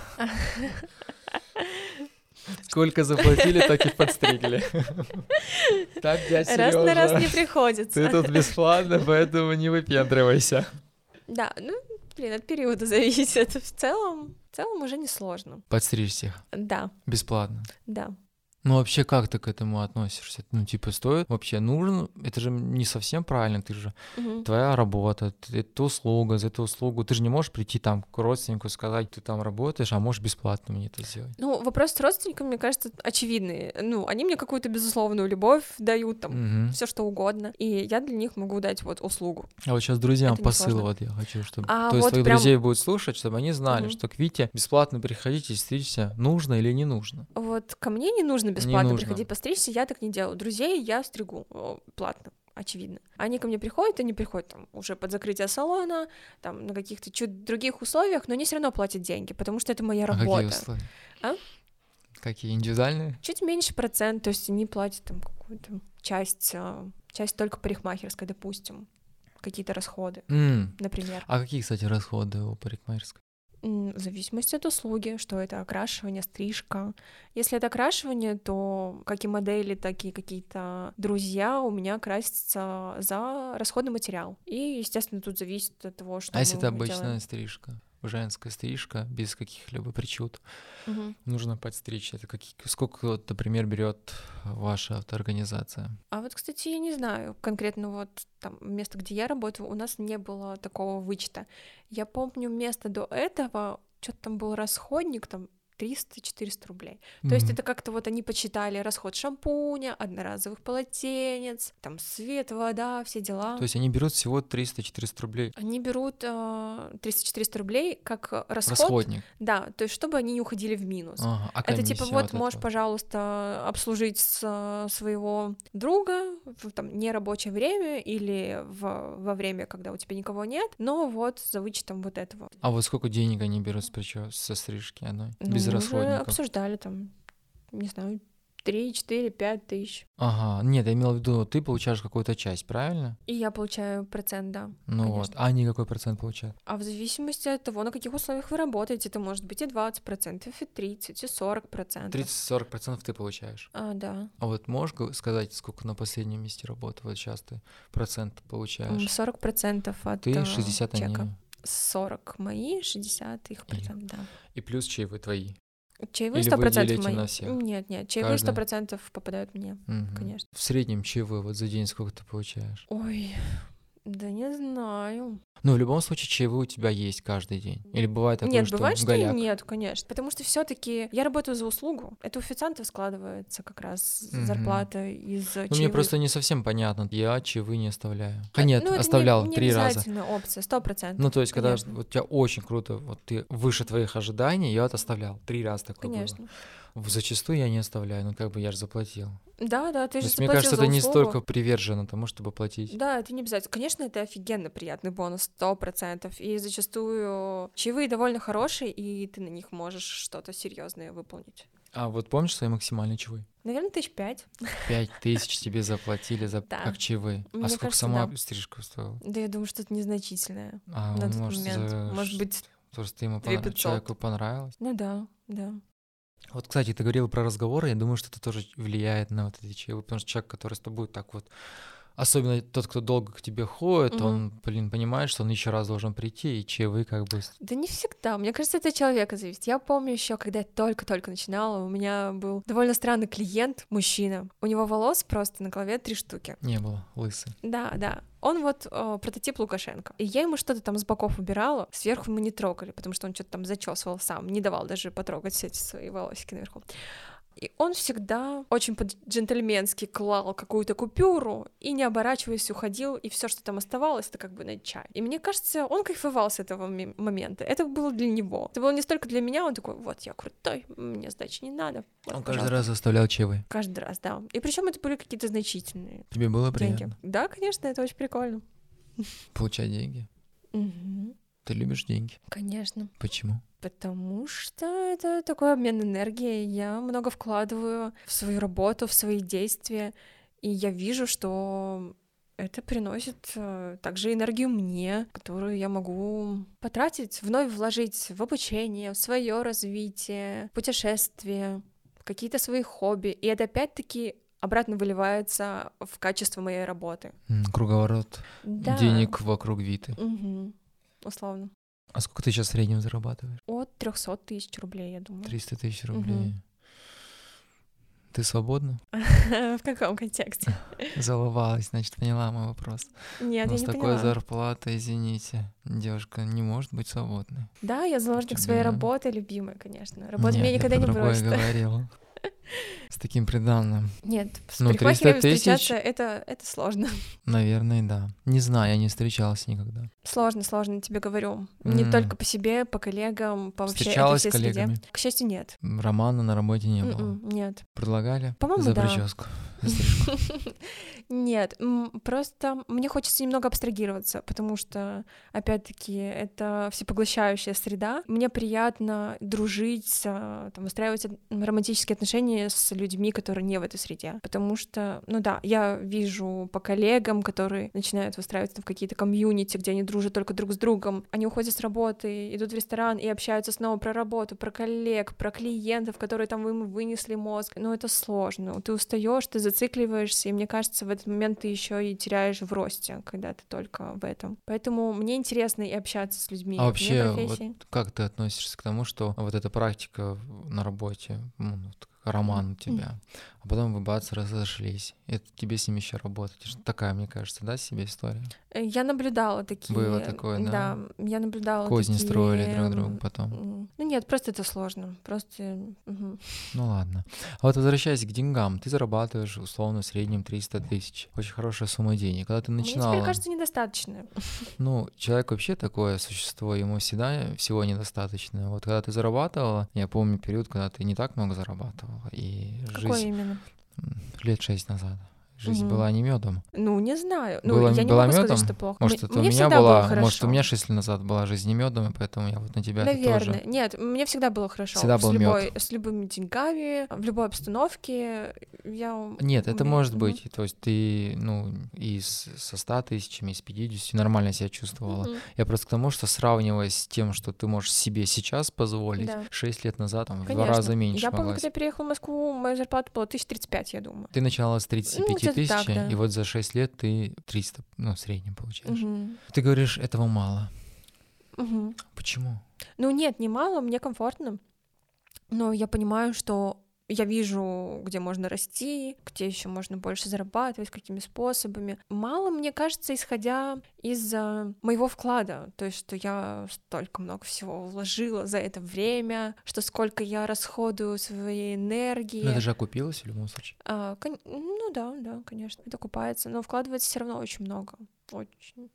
A: Сколько заплатили, так и подстригли. Так, дядь
B: Раз на раз
A: Серёжа,
B: не приходится.
A: Ты тут бесплатно, поэтому не выпендривайся.
B: Да, ну, блин, от периода зависит. В целом, в целом уже несложно.
A: Подстричь всех
B: Да,
A: бесплатно.
B: да.
A: Ну вообще как ты к этому относишься? Ну типа стоит вообще нужен? Это же не совсем правильно, ты же
B: Мгм.
A: твоя работа, т- это услуга, за эту услугу ты же не можешь прийти там к родственнику и сказать, ты там работаешь, а можешь бесплатно мне это сделать.
B: Ну, вопрос с родственниками, мне кажется, очевидный. Ну, они мне какую-то безусловную любовь дают, там,
A: Мгм.
B: все что угодно. И я для них могу дать вот услугу.
A: А вот сейчас друзьям
B: Это
A: посыл
B: несложно.
A: вот я хочу, чтобы...
B: А
A: То есть
B: вот
A: твоих
B: прям-
A: друзей будут слушать, чтобы они знали,
B: Мгм.
A: что к Вите бесплатно приходите и стричься, нужно или не нужно.
B: Вот ко мне не нужно бесплатно
A: нужно.
B: приходить постричься, я так не делаю. Друзей я стригу э, платно, очевидно. Они ко мне приходят, они приходят там уже под закрытие салона, там на каких-то чуть других условиях, но они все равно платят деньги, потому что это моя
A: А какие
B: работа.
A: условия?
B: А?
A: Какие, индивидуальные?
B: чуть меньше процент, то есть они платят там какую-то часть, э, часть только парикмахерской, допустим, какие-то расходы,
A: М.
B: например.
A: А какие, кстати, расходы у парикмахерской?
B: М, В зависимости от услуги, что это окрашивание, стрижка. Если это окрашивание, то как и модели, так и какие-то друзья у меня красятся за расходный материал. И, естественно, тут зависит от того, что
A: а если
B: мы
A: это
B: делаем.
A: обычная стрижка? Женская стрижка, без каких-либо причуд.
B: Мгм.
A: Нужно подстричь. Это какие, сколько, вот, например, берет ваша автоорганизация?
B: А вот, кстати, я не знаю, конкретно вот там место, где я работаю, у нас не было такого вычета. Я помню место до этого, что-то там был расходник, там 300-400 рублей. То есть
A: Мгм.
B: это как-то вот они почитали расход шампуня, одноразовых полотенец, там свет, вода, все дела.
A: То есть они берут всего 300-400 рублей.
B: Они берут э, 300-400 рублей как э, расход,
A: Расходник.
B: да, то есть чтобы они не уходили в минус.
A: Ага, а
B: Это типа
A: комиссия
B: вот
A: эта
B: можешь,
A: вот?
B: пожалуйста, обслужить с, э, своего друга в там нерабочее время или в- во время, когда у тебя никого нет, но вот за вычетом вот этого.
A: А вот сколько денег они берут с причем со стрижки одной?
B: Ну,
A: без
B: мы уже
A: расходников.
B: обсуждали там, не знаю, 3, 4, 5 тысяч.
A: Ага, нет, я имел в виду, ну, ты получаешь какую-то часть, правильно?
B: И я получаю процент, да.
A: Ну вот, а они какой процент получают?
B: А в зависимости от того, на каких условиях вы работаете, это может быть и 20%, и 30%, и 40%.
A: 30-40 процентов ты получаешь.
B: А, да.
A: А вот можешь го- сказать, сколько на последнем месте работы вот сейчас ты процент
B: М,
A: получаешь?
B: 40% от
A: Ты
B: а,
A: 60 они.
B: чека. 40 мои, 60 их процент, да.
A: И плюс чаевые твои.
B: Чаевые
A: Или вы
B: 100%
A: делите
B: мои.
A: на всех?
B: Нет, нет, чаевые
A: Каждый?
B: 100% попадают мне,
A: Мгм.
B: конечно.
A: В среднем чаевые вот за день сколько ты получаешь?
B: Ой, да не знаю.
A: Ну, в любом случае, чаевые у тебя есть каждый день. Или бывает такое,
B: нет,
A: что Ну,
B: бывает, что
A: голяк?
B: и нет, конечно. Потому что все таки я работаю за услугу. Это у официантов складывается как раз
A: Мгм.
B: зарплата из э,
A: Ну, мне просто не совсем понятно. Я чаевые не оставляю. А нет,
B: Ну, это не-
A: оставлял
B: не
A: три раза.
B: обязательно опция, 100%.
A: Ну, то есть, когда
B: Конечно.
A: вот у тебя очень круто, вот ты выше твоих ожиданий, я вот оставлял. Три раза такое было.
B: Конечно.
A: в- зачастую я не оставляю, ну как бы я же заплатил.
B: Да, да, ты
A: То
B: же
A: есть, мне
B: заплатил
A: кажется,
B: за
A: ты не
B: услугу.
A: столько привержена тому, чтобы платить.
B: Да, это не обязательно. Конечно, это офигенно приятный бонус, сто процентов. И зачастую чаевые довольно хорошие, и ты на них можешь что-то серьезное выполнить.
A: А вот помнишь свои максимальные чаевые?
B: Наверное, тысяч пять.
A: Пять тысяч тебе заплатили за
B: Да.
A: как чаевые.
B: Мне
A: а сколько
B: кажется,
A: сама
B: да.
A: стрижка стоила?
B: Да, я думаю, что это незначительное
A: А,
B: на тот
A: может,
B: момент.
A: за
B: Может
A: ш-
B: быть,
A: Просто ему
B: 2
A: пона-
B: 500.
A: человеку понравилось.
B: ну да, да.
A: Вот, кстати, ты говорил про разговоры, я думаю, что это тоже влияет на вот эти чаевые, потому что человек, который с тобой так вот, особенно тот, кто долго к тебе ходит,
B: Мгм.
A: он, блин, понимает, что он еще раз должен прийти, и чаевые как бы... с-
B: Да не всегда. Мне кажется, это от человека зависит. Я помню еще, когда я только-только начинала, у меня был довольно странный клиент, мужчина. У него волос просто на голове три штуки.
A: Не было, лысый.
B: Да, да. Он вот э, прототип Лукашенко. И я ему что-то там с боков убирала, сверху мы не трогали, потому что он что-то там зачесывал сам, не давал даже потрогать все эти свои волосики наверху. И он всегда очень по-джентльменски клал какую-то купюру и, не оборачиваясь, уходил, и все, что там оставалось, это как бы на чай. И мне кажется, он кайфовал с этого ми- момента. Это было для него. Это было не столько для меня, он такой, вот я крутой, мне сдачи не надо. Вот,
A: Он каждый
B: Ну, пожалуйста».
A: раз заставлял чаевые.
B: Каждый раз, да. И причем это были какие-то значительные
A: Тебе было
B: деньги.
A: приятно
B: Да, конечно, это очень прикольно.
A: получать деньги? Ты любишь деньги?
B: Конечно.
A: Почему?
B: Потому что это такой обмен энергией. Я много вкладываю в свою работу, в свои действия, и я вижу, что это приносит э, также энергию мне, которую я могу потратить, вновь вложить в обучение, в свое развитие, путешествие, в какие-то свои хобби. И это опять-таки обратно выливается в качество моей работы.
A: М, Круговорот
B: Да.
A: денег вокруг Виты.
B: Мгм. Условно.
A: А сколько ты сейчас в среднем зарабатываешь?
B: От 300 тысяч рублей, я думаю.
A: 300 тысяч
B: Мгм.
A: рублей. Ты свободна?
B: В каком контексте?
A: Залывалась, значит, поняла мой вопрос.
B: Нет,
A: У
B: я
A: нас
B: не
A: такой
B: поняла.
A: зарплата, извините. Девушка не может быть свободной.
B: Да, я заложник
A: тебя-
B: своей работы, любимой, конечно. Работа
A: Нет,
B: меня
A: я
B: никогда не
A: про другое
B: бросит.
A: говорил. С таким приданным.
B: Нет, с
A: Ну, 300
B: парикмахерами
A: тысяч-
B: встречаться это, это сложно.
A: Наверное, да. Не знаю, я не встречался никогда.
B: Сложно, сложно, тебе говорю. Не
A: М.
B: только по себе, по коллегам, по вообще этой
A: Встречалась с
B: всей среде.
A: коллегами?
B: К счастью, нет.
A: М, Романа на работе не было.
B: М-м, Нет.
A: Предлагали
B: По-моему,
A: за
B: да.
A: прическу. за стрижку.
B: Нет, м, просто мне хочется немного абстрагироваться, потому что, опять-таки, это всепоглощающая среда. Мне приятно дружить, а, там, устраивать от- романтические отношения с людьми, которые не в этой среде. Потому что, ну да, я вижу по коллегам, которые начинают выстраиваться в какие-то комьюнити, где они дружат только друг с другом. Они уходят с работы, идут в ресторан и общаются снова про работу, про коллег, про клиентов, которые там им вынесли мозг. Но это сложно. Ты устаешь, ты зацикливаешься, и мне кажется, в этот момент ты еще и теряешь в росте, когда ты только в этом. Поэтому мне интересно и общаться с людьми.
A: А
B: вне
A: вообще, вот
B: профессии.
A: как ты относишься к тому, что вот эта практика в- на работе, ну, вот как роман у тебя, а потом вы бац, разошлись, и это тебе с ним еще работать. Это ж Такая, мне кажется, да, себе история?
B: Э, Я наблюдала такие...
A: Было такое, да?
B: я наблюдала
A: Козни
B: такие,
A: строили друг другу
B: м,
A: потом.
B: м, Ну нет, просто это сложно. Просто... мгм.
A: Ну ладно. А вот возвращаясь к деньгам, ты зарабатываешь условно в среднем 300 тысяч. Очень хорошая сумма денег. Когда ты
B: Мне
A: начинала,
B: теперь кажется недостаточно.
A: ну, человек вообще такое существо, ему всегда всего недостаточно. Вот когда ты зарабатывала, я помню период, когда ты не так много зарабатывала, и
B: Какое
A: жизнь
B: именно?
A: м, лет шесть назад. Жизнь
B: Мгм.
A: была не медом.
B: Ну, не знаю. Ну,
A: Было-
B: я не
A: была
B: могу сказать,
A: мёдом?
B: что плохо.
A: Может,
B: Мне-
A: это у
B: мне
A: меня
B: всегда было
A: была,
B: хорошо.
A: может, у меня шесть лет назад была жизнь не медом, и поэтому я вот на тебя
B: Наверное.
A: тоже.
B: Нет, мне всегда было хорошо.
A: Всегда
B: с,
A: был мёд.
B: любой, с любыми деньгами, в любой обстановке. Я...
A: Нет, это
B: Мгм,
A: может
B: мгм.
A: быть. То есть ты, ну, и с- со 100 тысячами, и с 50 нормально себя чувствовала.
B: Мгм.
A: Я просто к тому, что сравнивая с тем, что ты можешь себе сейчас позволить,
B: Да.
A: шесть лет назад там, в два
B: Конечно.
A: раза меньше
B: Я помню,
A: могла
B: когда я
A: себе.
B: переехала в Москву, моя зарплата была 1035, я думаю.
A: Ты начала с 35
B: Ну, где-то
A: тысяч,
B: так, да.
A: и вот за 6 лет ты 300, ну, в среднем получаешь.
B: Мгм.
A: Ты говоришь, этого мало.
B: Мгм.
A: Почему?
B: Ну нет, не мало, мне комфортно. Но я понимаю, что я вижу, где можно расти, где еще можно больше зарабатывать, какими способами. Мало, мне кажется, исходя из э, моего вклада, то есть, что я столько много всего вложила за это время, что сколько я расходую своей энергии.
A: Ну, это же окупилось в любом случае.
B: А, кон- Ну да, да, конечно, это купается, но вкладывается все равно очень много. Очень.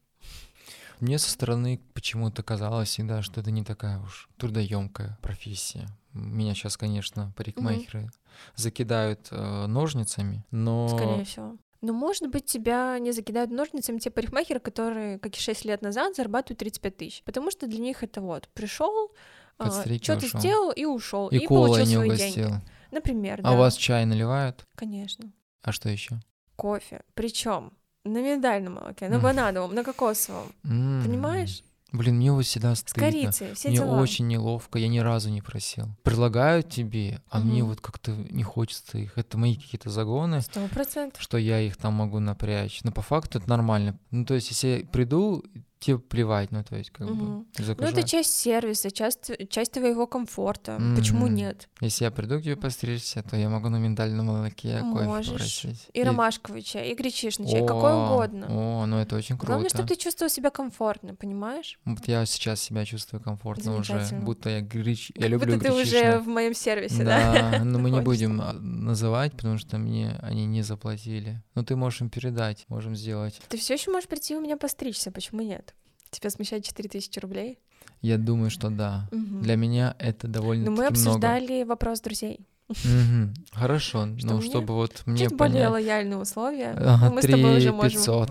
A: мне со стороны почему-то казалось всегда, что это не такая уж трудоемкая профессия. Меня сейчас, конечно, парикмахеры закидают э, ножницами, но
B: Скорее всего. Но, может быть, тебя не закидают ножницами те парикмахеры, которые, как и 6 лет назад, зарабатывают 35 тысяч. Потому что для них это вот пришел,
A: Подстриг и
B: что-то
A: ушёл.
B: сделал и ушел,
A: и,
B: и,
A: колой
B: получил
A: не
B: свои
A: угостил.
B: деньги. Например,
A: А
B: да.
A: у вас чай наливают?
B: Конечно.
A: А что еще?
B: Кофе. Причем на миндальном молоке, на
A: Мгм.
B: банановом, на кокосовом. Понимаешь?
A: Блин, мне вот всегда
B: С
A: стыдно.
B: корицей, все
A: Мне
B: дела.
A: очень неловко, я ни разу не просил. Предлагают тебе, а мне
B: Мгм.
A: вот как-то не хочется их. Это мои какие-то загоны,
B: Сто процентов.
A: что я их там могу напрячь. Но по факту это нормально. Ну, то есть, если я приду, тебе плевать, ну, то есть, как
B: Мгм.
A: бы,
B: Ну,
A: загружают.
B: это часть сервиса, часть, часть твоего комфорта. Почему
A: Мгм.
B: нет?
A: Если я приду к тебе постричься, то я могу на миндальном молоке кофе
B: Можешь.
A: попросить.
B: И ромашковый чай, и гречишный чай, какой
A: О,
B: угодно.
A: О, ну это очень круто.
B: Главное, чтобы ты чувствовал себя комфортно, понимаешь?
A: Вот я сейчас себя чувствую комфортно уже,
B: Замечательно.
A: будто я греч... Я
B: Как
A: люблю
B: будто ты уже
A: гречишное.
B: в моем сервисе, да?
A: Да, но мы не
B: находишься.
A: будем а, называть, потому что мне они не заплатили. Но ты можешь им передать, можем сделать.
B: Ты все еще можешь прийти у меня постричься, почему нет? Тебя смущает 4000 рублей?
A: Я думаю, что да.
B: Мгм.
A: Для меня это довольно
B: Но
A: много.
B: Ну, мы обсуждали вопрос друзей.
A: Мгм. Хорошо,
B: Что
A: ну
B: мне
A: чтобы вот мне
B: Чуть более
A: понять.
B: лояльные условия.
A: Ага,
B: мы с тобой уже
A: 3
B: можем
A: 500.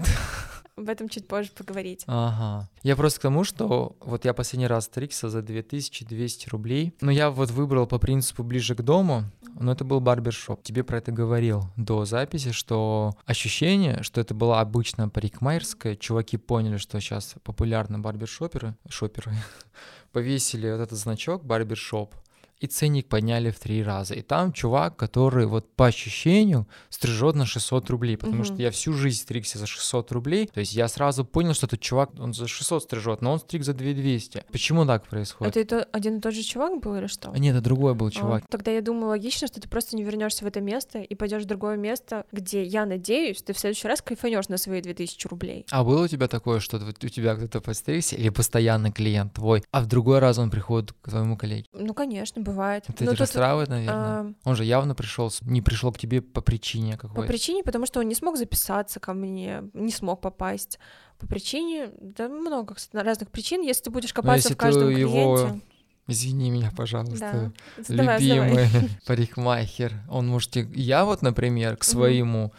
B: об этом чуть позже поговорить.
A: Ага. Я просто к тому, что вот я последний раз стригся за 2200 рублей. Но я вот выбрал по принципу ближе к дому, но это был барбершоп. Тебе про это говорил до записи, что ощущение, что это была обычная парикмахерская, чуваки поняли, что сейчас популярны барбершоперы, шоперы, повесили вот этот значок барбершоп, и ценник подняли в три раза. И там чувак, который вот по ощущению стрижет на 600 рублей, потому
B: Мгм.
A: что я всю жизнь стригся за 600 рублей. То есть я сразу понял, что этот чувак, он за 600 стрижет, но он стриг за 2200. Почему так происходит?
B: Это и А то- один и тот же чувак был или что?
A: А, Нет, это другой был
B: А,
A: чувак.
B: Тогда я думаю, логично, что ты просто не вернешься в это место и пойдешь в другое место, где, я надеюсь, ты в следующий раз кайфанешь на свои 2000 рублей.
A: А было у тебя такое, что вот у тебя кто-то подстригся или постоянный клиент твой, а в другой раз он приходит к твоему коллеге?
B: Ну, конечно, бывает.
A: Это
B: Но
A: тебя
B: Ну, тут,
A: расстраивает, наверное.
B: а,
A: Он же явно пришел, с- не пришел к тебе по причине
B: По
A: какой-то.
B: причине, потому что он не смог записаться ко мне, не смог попасть. По причине, да много кстати, разных причин. Если ты будешь копаться
A: Ну, если
B: в каждом
A: ты его
B: клиенте,
A: Извини меня, пожалуйста.
B: да, задавай, задавай.
A: любимый парикмахер. Он может... и- Я вот, например, к своему...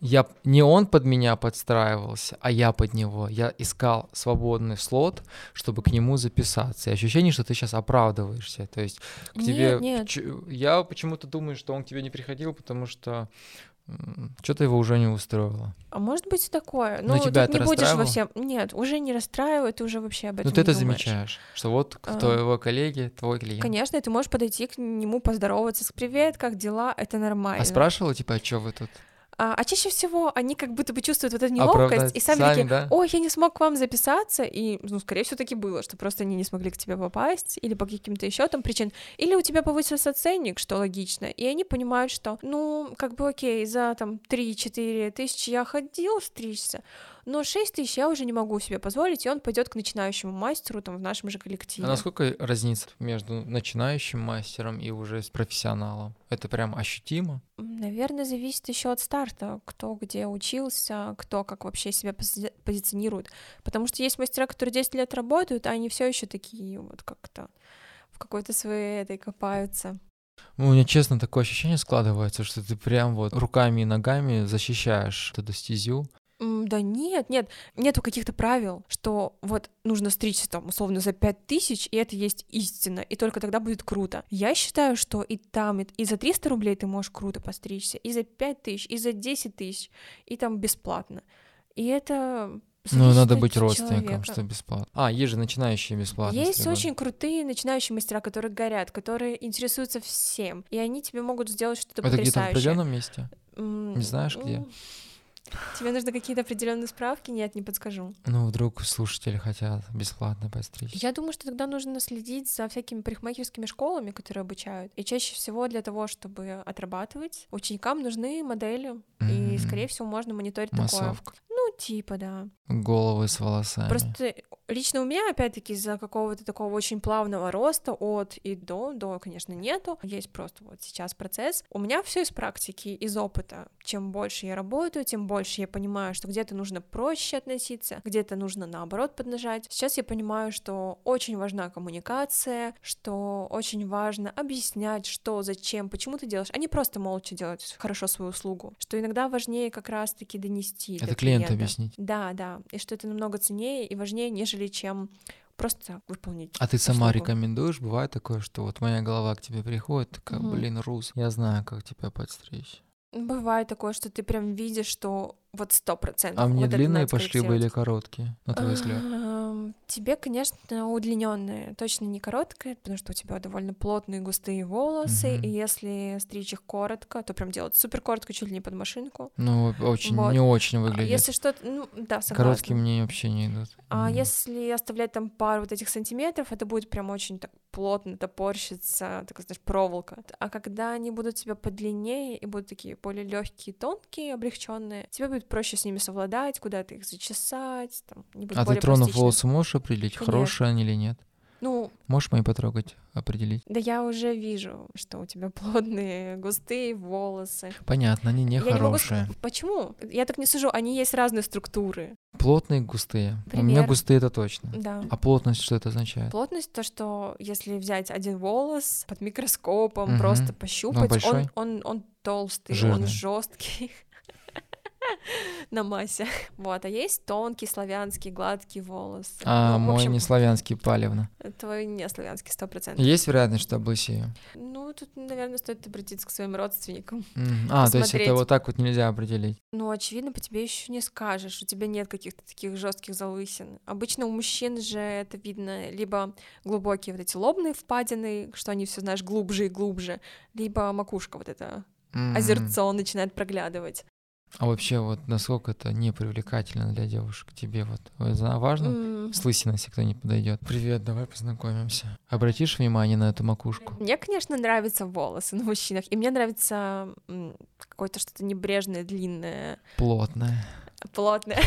A: Я... Не он под меня подстраивался, а я под него. Я искал свободный слот, чтобы к нему записаться. И ощущение, что ты сейчас оправдываешься. То есть к тебе...
B: Нет, нет.
A: Чё- Я почему-то думаю, что он к тебе не приходил, потому что что-то его уже не устроило.
B: А может быть и такое.
A: Но
B: Ну,
A: тебя
B: тут
A: это
B: не будешь во
A: расстраивало?
B: всем. Нет, уже не расстраивает, ты уже вообще об этом
A: Но Ну, ты
B: не
A: это
B: думаешь.
A: замечаешь, что вот к
B: А.
A: твоего коллеге твой клиент.
B: Конечно, и ты можешь подойти к нему, поздороваться, с привет, как дела, это нормально.
A: А спрашивала, типа, а что вы тут?
B: А- а чаще всего они как будто бы чувствуют вот эту неловкость и
A: Оправдать-
B: сами,
A: сами,
B: такие,
A: да?
B: ой, я не смог к вам записаться, и, ну, скорее всего, таки было, что просто они не смогли к тебе попасть или по каким-то еще там причинам, или у тебя повысился ценник, что логично, и они понимают, что, ну, как бы окей, за там 3-4 тысячи я ходил стричься, но 6 тысяч я уже не могу себе позволить, и он пойдет к начинающему мастеру там в нашем же коллективе.
A: А насколько разница между начинающим мастером и уже с профессионалом? Это прям ощутимо?
B: М, Наверное, зависит еще от старта, кто где учился, кто как вообще себя пози- позиционирует. Потому что есть мастера, которые 10 лет работают, а они все еще такие вот как-то в какой-то своей этой копаются.
A: Ну, у меня, честно, такое ощущение складывается, что ты прям вот руками и ногами защищаешь эту стезю.
B: М, Да нет, нет, нету каких-то правил, что вот нужно стричься там условно за пять тысяч, и это есть истина, и только тогда будет круто. Я считаю, что и там, и, и за 300 рублей ты можешь круто постричься, и за пять тысяч, и за 10 тысяч, и там бесплатно. И это
A: Ну, надо
B: зависит
A: быть
B: от
A: родственником,
B: человека.
A: что бесплатно. А, есть же начинающие А бесплатно.
B: Есть
A: стригут.
B: очень крутые начинающие мастера, которые горят, которые интересуются всем, и они тебе могут сделать что-то
A: Это где-то в
B: потрясающее.
A: определенном месте?
B: Не
A: Не знаешь, где?
B: Тебе нужны какие-то определенные справки? Нет, не подскажу.
A: Ну, вдруг слушатели хотят бесплатно постричь.
B: Я думаю, что тогда нужно следить за всякими парикмахерскими школами, которые обучают. И чаще всего для того, чтобы отрабатывать, ученикам нужны модели. И,
A: Мгм.
B: скорее всего, можно мониторить такое.
A: Массовка.
B: Ну, Ну, типа, да.
A: Головы с волосами.
B: Просто лично у меня, опять-таки, из-за какого-то такого очень плавного роста от и до, до, конечно, нету. Есть просто вот сейчас процесс. У меня все из практики, из опыта. Чем больше я работаю, тем больше я понимаю, что где-то нужно проще относиться, где-то нужно наоборот поднажать. Сейчас я понимаю, что очень важна коммуникация, что очень важно объяснять, что, зачем, почему ты делаешь, а не просто молча делать хорошо свою услугу. Что иногда важнее как раз-таки донести.
A: Это
B: до
A: клиенту
B: клиента.
A: объяснить.
B: Да, да. И что это намного ценнее и важнее, нежели чем просто выполнить.
A: А ты сама
B: услугу.
A: рекомендуешь? Бывает такое, что вот моя голова к тебе приходит, такая,
B: Мгм.
A: блин, Рус, я знаю, как тебя подстричь.
B: Бывает такое, что ты прям видишь, что вот сто процентов.
A: А мне
B: вот это
A: длинные
B: надо
A: пошли бы
B: скорректировать.
A: или короткие, на твой взгляд?
B: Эм, Тебе, конечно, удлиненные, точно не короткие, потому что у тебя довольно плотные густые волосы,
A: Мгм.
B: и если стричь их коротко, то прям делать супер коротко, чуть ли не под машинку.
A: Ну, очень,
B: вот.
A: не очень
B: А
A: выглядит.
B: Если что, ну да, согласна.
A: Короткие мне вообще не идут.
B: А
A: Мгм.
B: если оставлять там пару вот этих сантиметров, это будет прям очень так плотно топорщиться, так сказать, проволока. А когда они будут тебе подлиннее и будут такие более легкие, тонкие, облегченные, тебе будет проще с ними совладать, куда-то их зачесать, там, не будет
A: А ты
B: более
A: тронув
B: пластичны.
A: волосы можешь определить,
B: Конечно.
A: хорошие они или нет?
B: Ну,
A: Можешь мои потрогать, определить?
B: да я уже вижу, что у тебя плотные, густые волосы.
A: Понятно, они не
B: Я не могу
A: хорошие.
B: Почему? Я так не сужу, они есть разные структуры.
A: Плотные, густые. А У меня
B: Примерно.
A: густые это точно.
B: Да.
A: А плотность что это означает?
B: Плотность то, что если взять один волос под микроскопом,
A: Мгм.
B: просто пощупать,
A: большой?
B: он, он, он толстый,
A: Жирный.
B: он жесткий. На массе. Вот, а есть тонкий славянский гладкий волос.
A: А
B: Ну, в
A: мой
B: общем,
A: неславянский палевно.
B: Твой не славянский, сто процентов.
A: Есть вероятность, что облысею?
B: Ну, тут, наверное, стоит обратиться к своим родственникам.
A: Мгм. А, то есть это
B: Посмотреть.
A: вот так вот нельзя определить.
B: Ну, очевидно, по тебе еще не скажешь. У тебя нет каких-то таких жестких залысин. Обычно у мужчин же это видно либо глубокие вот эти лобные впадины, что они все, знаешь, глубже и глубже, либо макушка вот эта
A: М.
B: озерцо начинает проглядывать.
A: А вообще вот насколько это непривлекательно для девушек тебе вот э, за- важно?
B: М,
A: С лысиной, если кто не подойдет. Привет, давай познакомимся. Обратишь внимание на эту макушку?
B: Мне, конечно, нравятся волосы на мужчинах, и мне нравится м, какое-то что-то небрежное, длинное,
A: Плотная,
B: плотное.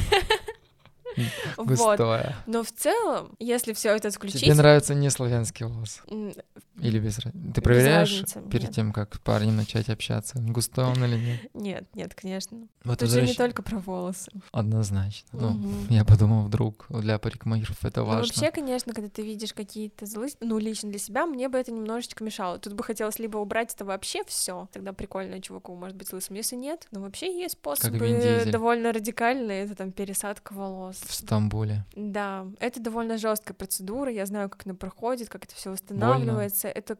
B: Вот.
A: густая.
B: Но в целом, если все это исключить,
A: Тебе нравится неславянский волос?
B: м,
A: Или без раз- Ты проверяешь
B: разницы,
A: перед
B: нет.
A: тем, как с парнем начать общаться, густой он или нет?
B: нет, нет, конечно.
A: Вот
B: Тут же не
A: возвращ-
B: только про волосы.
A: Однозначно. Ну,
B: Мгм.
A: я подумал, вдруг для парикмахеров это
B: Ну,
A: важно.
B: вообще, конечно, когда ты видишь какие-то злые, ну, лично для себя, мне бы это немножечко мешало. Тут бы хотелось либо убрать это вообще все, тогда прикольно чуваку может быть лысым, если нет. Но вообще есть
A: Вин
B: способы
A: Дизель.
B: довольно радикальные, это там пересадка волос.
A: В Стамбуле.
B: Да, это довольно жесткая процедура, я знаю, как она проходит, как это все восстанавливается, это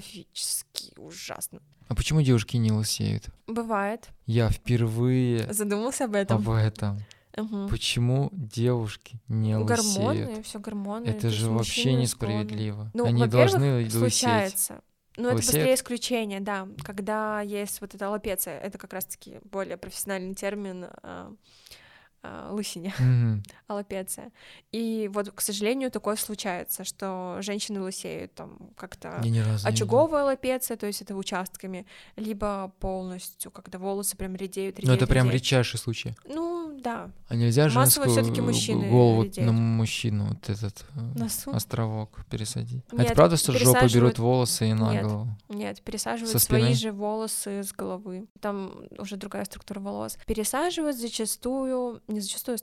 B: катастрофически ужасно.
A: А почему девушки не лысеют?
B: Бывает.
A: Я впервые
B: Задумался об этом.
A: об этом.
B: Мгм.
A: Почему девушки не лысеют?
B: Гормоны, ну, все гормоны. то
A: Это
B: есть
A: же вообще
B: мужчины склонны.
A: несправедливо.
B: Ну,
A: Они
B: во-первых,
A: должны лысеть.
B: Случается. Но это
A: Лысеют?
B: быстрее исключение, да. Когда есть вот эта алопеция, это как раз-таки более профессиональный термин а, а, лысине,
A: Мгм.
B: алопеция. И вот, к сожалению, такое случается, что женщины лысеют там как-то
A: Я ни разу не видел.
B: очаговая лапеция, то есть это участками, либо полностью, когда волосы прям редеют, редеют.
A: Ну, это прям
B: редеют.
A: редчайший случай.
B: Ну, да,
A: А нельзя
B: Массово
A: женскую
B: всё-таки
A: г-
B: мужчины
A: голову
B: редеют.
A: на мужчину, вот этот э,
B: носу.
A: островок пересадить? а это
B: Нет,
A: правда, что с жопы
B: пересаживают-
A: берут волосы и на
B: Нет.
A: голову?
B: Нет, пересаживают
A: Со
B: свои
A: спины?
B: же волосы с головы. Там уже другая структура волос. Пересаживают зачастую, не зачастую,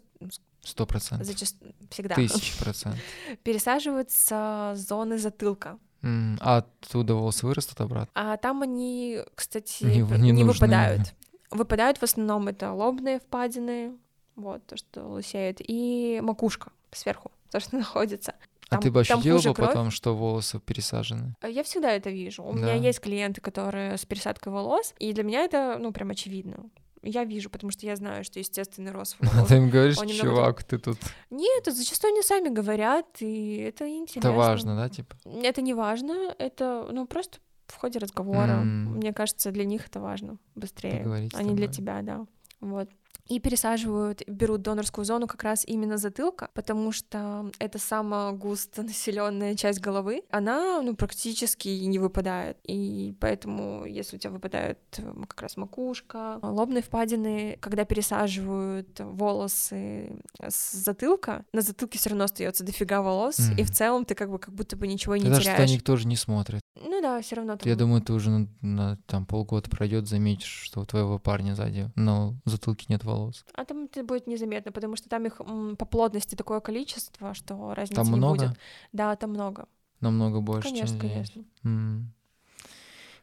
A: Сто процентов.
B: зачастую, всегда.
A: Тысячи процентов.
B: Пересаживают с а, зоны затылка.
A: М, А оттуда волосы вырастут обратно?
B: А там они, кстати,
A: Не-
B: пр-
A: не
B: не,
A: нужны.
B: выпадают. Выпадают в основном это лобные впадины, вот то, что лысеет, и макушка сверху, то, что находится.
A: А
B: Там-
A: ты бы
B: там
A: ощутила
B: хуже
A: бы
B: кровь.
A: потом, что волосы пересажены?
B: А Я всегда это вижу. У меня
A: Да.
B: есть клиенты, которые с пересадкой волос, и для меня это, ну, прям очевидно. Я вижу, потому что я знаю, что естественный рост
A: А
B: волос.
A: ты им говоришь,
B: Он немного
A: чувак, ты тут...
B: Нет, это зачастую они сами говорят, и это интересно.
A: Это важно, да, типа?
B: Это не важно, это, ну, просто в ходе разговора.
A: М.
B: Мне кажется, для них это важно быстрее,
A: Поговорить с
B: а не для
A: тобой.
B: тебя, да. Вот. и пересаживают, берут донорскую зону как раз именно затылка, потому что это самая густонаселенная часть головы, она ну, практически не выпадает. И поэтому, если у тебя выпадает э, как раз макушка, лобные впадины, когда пересаживают волосы с затылка, на затылке все равно остается дофига волос,
A: Мгм.
B: и в целом ты как бы как будто бы ничего и не
A: Тогда
B: теряешь.
A: что тоже не смотрит.
B: Ну да, все равно
A: Я
B: там-
A: думаю, ты уже на, на, там полгода пройдет, заметишь, что у твоего парня сзади на затылке нет волос.
B: А там это будет незаметно, потому что там их м, по плотности такое количество, что разницы
A: Там
B: не
A: много,
B: будет. Да, там много.
A: намного больше,
B: конечно,
A: чем здесь.
B: конечно.
A: М.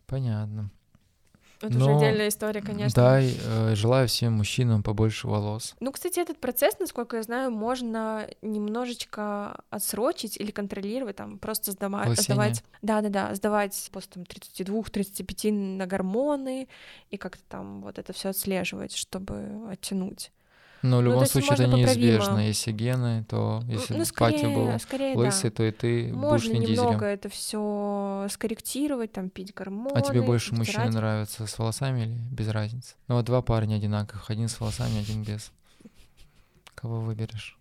A: Понятно.
B: Это
A: Но-
B: уже отдельная история, конечно.
A: Да, и, э, желаю всем мужчинам побольше волос.
B: Ну, кстати, этот процесс, насколько я знаю, можно немножечко отсрочить или контролировать, там, просто сдама-
A: Лысение.
B: сдавать... Да-да-да, сдавать после там, 32-35 на гормоны и как-то там вот это все отслеживать, чтобы оттянуть.
A: Но в
B: Ну, то
A: любом
B: есть
A: случае это
B: можно поправимо.
A: неизбежно. Если гены, то если
B: ну,
A: в пате
B: скорее,
A: был
B: скорее, да.
A: лысый, то и ты будешь
B: Можно немного
A: виндизелем.
B: это все скорректировать, там пить гормоны.
A: А тебе больше
B: втирать.
A: мужчины нравятся с волосами или без разницы? Ну вот два парня одинаковых, один с волосами, один без. Кого выберешь?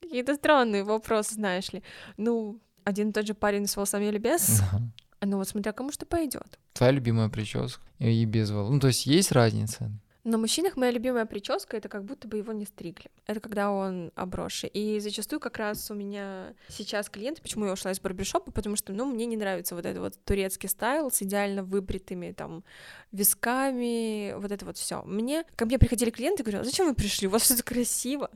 B: Какие-то странные вопросы, знаешь ли. Ну, один и тот же парень с волосами или без.
A: Да.
B: А Ну вот смотря кому что пойдет.
A: Твоя любимая прическа и без волос. Ну то есть есть разница?
B: На мужчинах моя любимая прическа это как будто бы его не стригли. Это когда он обросший. И зачастую как раз у меня сейчас клиенты, почему я ушла из барбершопа, потому что, ну, мне не нравится вот этот вот турецкий стайл с идеально выбритыми там висками, вот это вот все. Мне ко мне приходили клиенты, говорю, «А зачем вы пришли? У вас все красиво.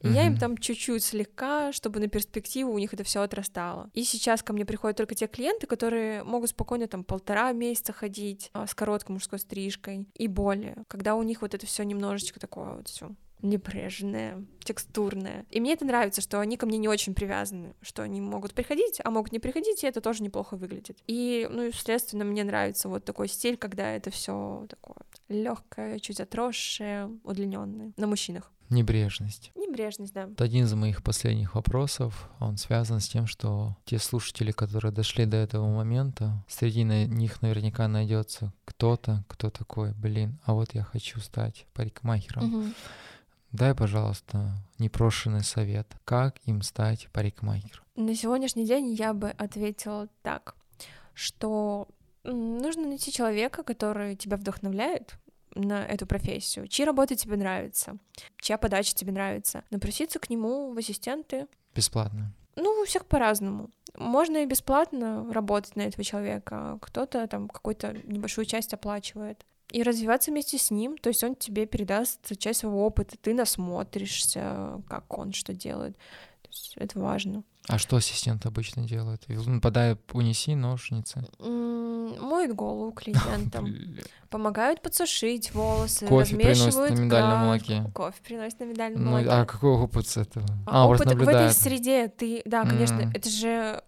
B: И я им
A: Мгм.
B: там чуть-чуть слегка, чтобы на перспективу у них это все отрастало. И сейчас ко мне приходят только те клиенты, которые могут спокойно там полтора месяца ходить а, с короткой мужской стрижкой и более, когда у них вот это все немножечко такое вот все небрежное, текстурное. И мне это нравится, что они ко мне не очень привязаны, что они могут приходить, а могут не приходить, и это тоже неплохо выглядит. И, ну, и, естественно, мне нравится вот такой стиль, когда это все такое легкое, чуть отросшее, удлиненное на мужчинах.
A: Небрежность.
B: Небрежность, да.
A: Это один из моих последних вопросов. Он связан с тем, что те слушатели, которые дошли до этого момента, среди на- них наверняка найдется кто-то, кто такой, блин, а вот я хочу стать парикмахером.
B: Мгм.
A: Дай, пожалуйста, непрошенный совет. Как им стать парикмахером?
B: На сегодняшний день я бы ответила так, что м, нужно найти человека, который тебя вдохновляет на эту профессию, чьи работы тебе нравятся, чья подача тебе нравится, напроситься к нему в ассистенты.
A: Бесплатно.
B: Ну, у всех по-разному. Можно и бесплатно работать на этого человека, а кто-то там какую-то небольшую часть оплачивает. И развиваться вместе с ним, то есть он тебе передаст часть своего опыта, ты насмотришься, как он что делает. То есть это важно.
A: А что ассистент обычно делает? И, ну, Подай, унеси ножницы.
B: М, моют голову клиентам,
A: Бля.
B: помогают подсушить волосы,
A: Кофе приносит на
B: размешивают
A: миндальном
B: кар-
A: молоке.
B: Кофе приносит на миндальном
A: Ну,
B: молоке.
A: а какой опыт с этого?
B: А
A: А, просто
B: опыт в этой
A: наблюдает.
B: среде ты, да, конечно,
A: М.
B: это же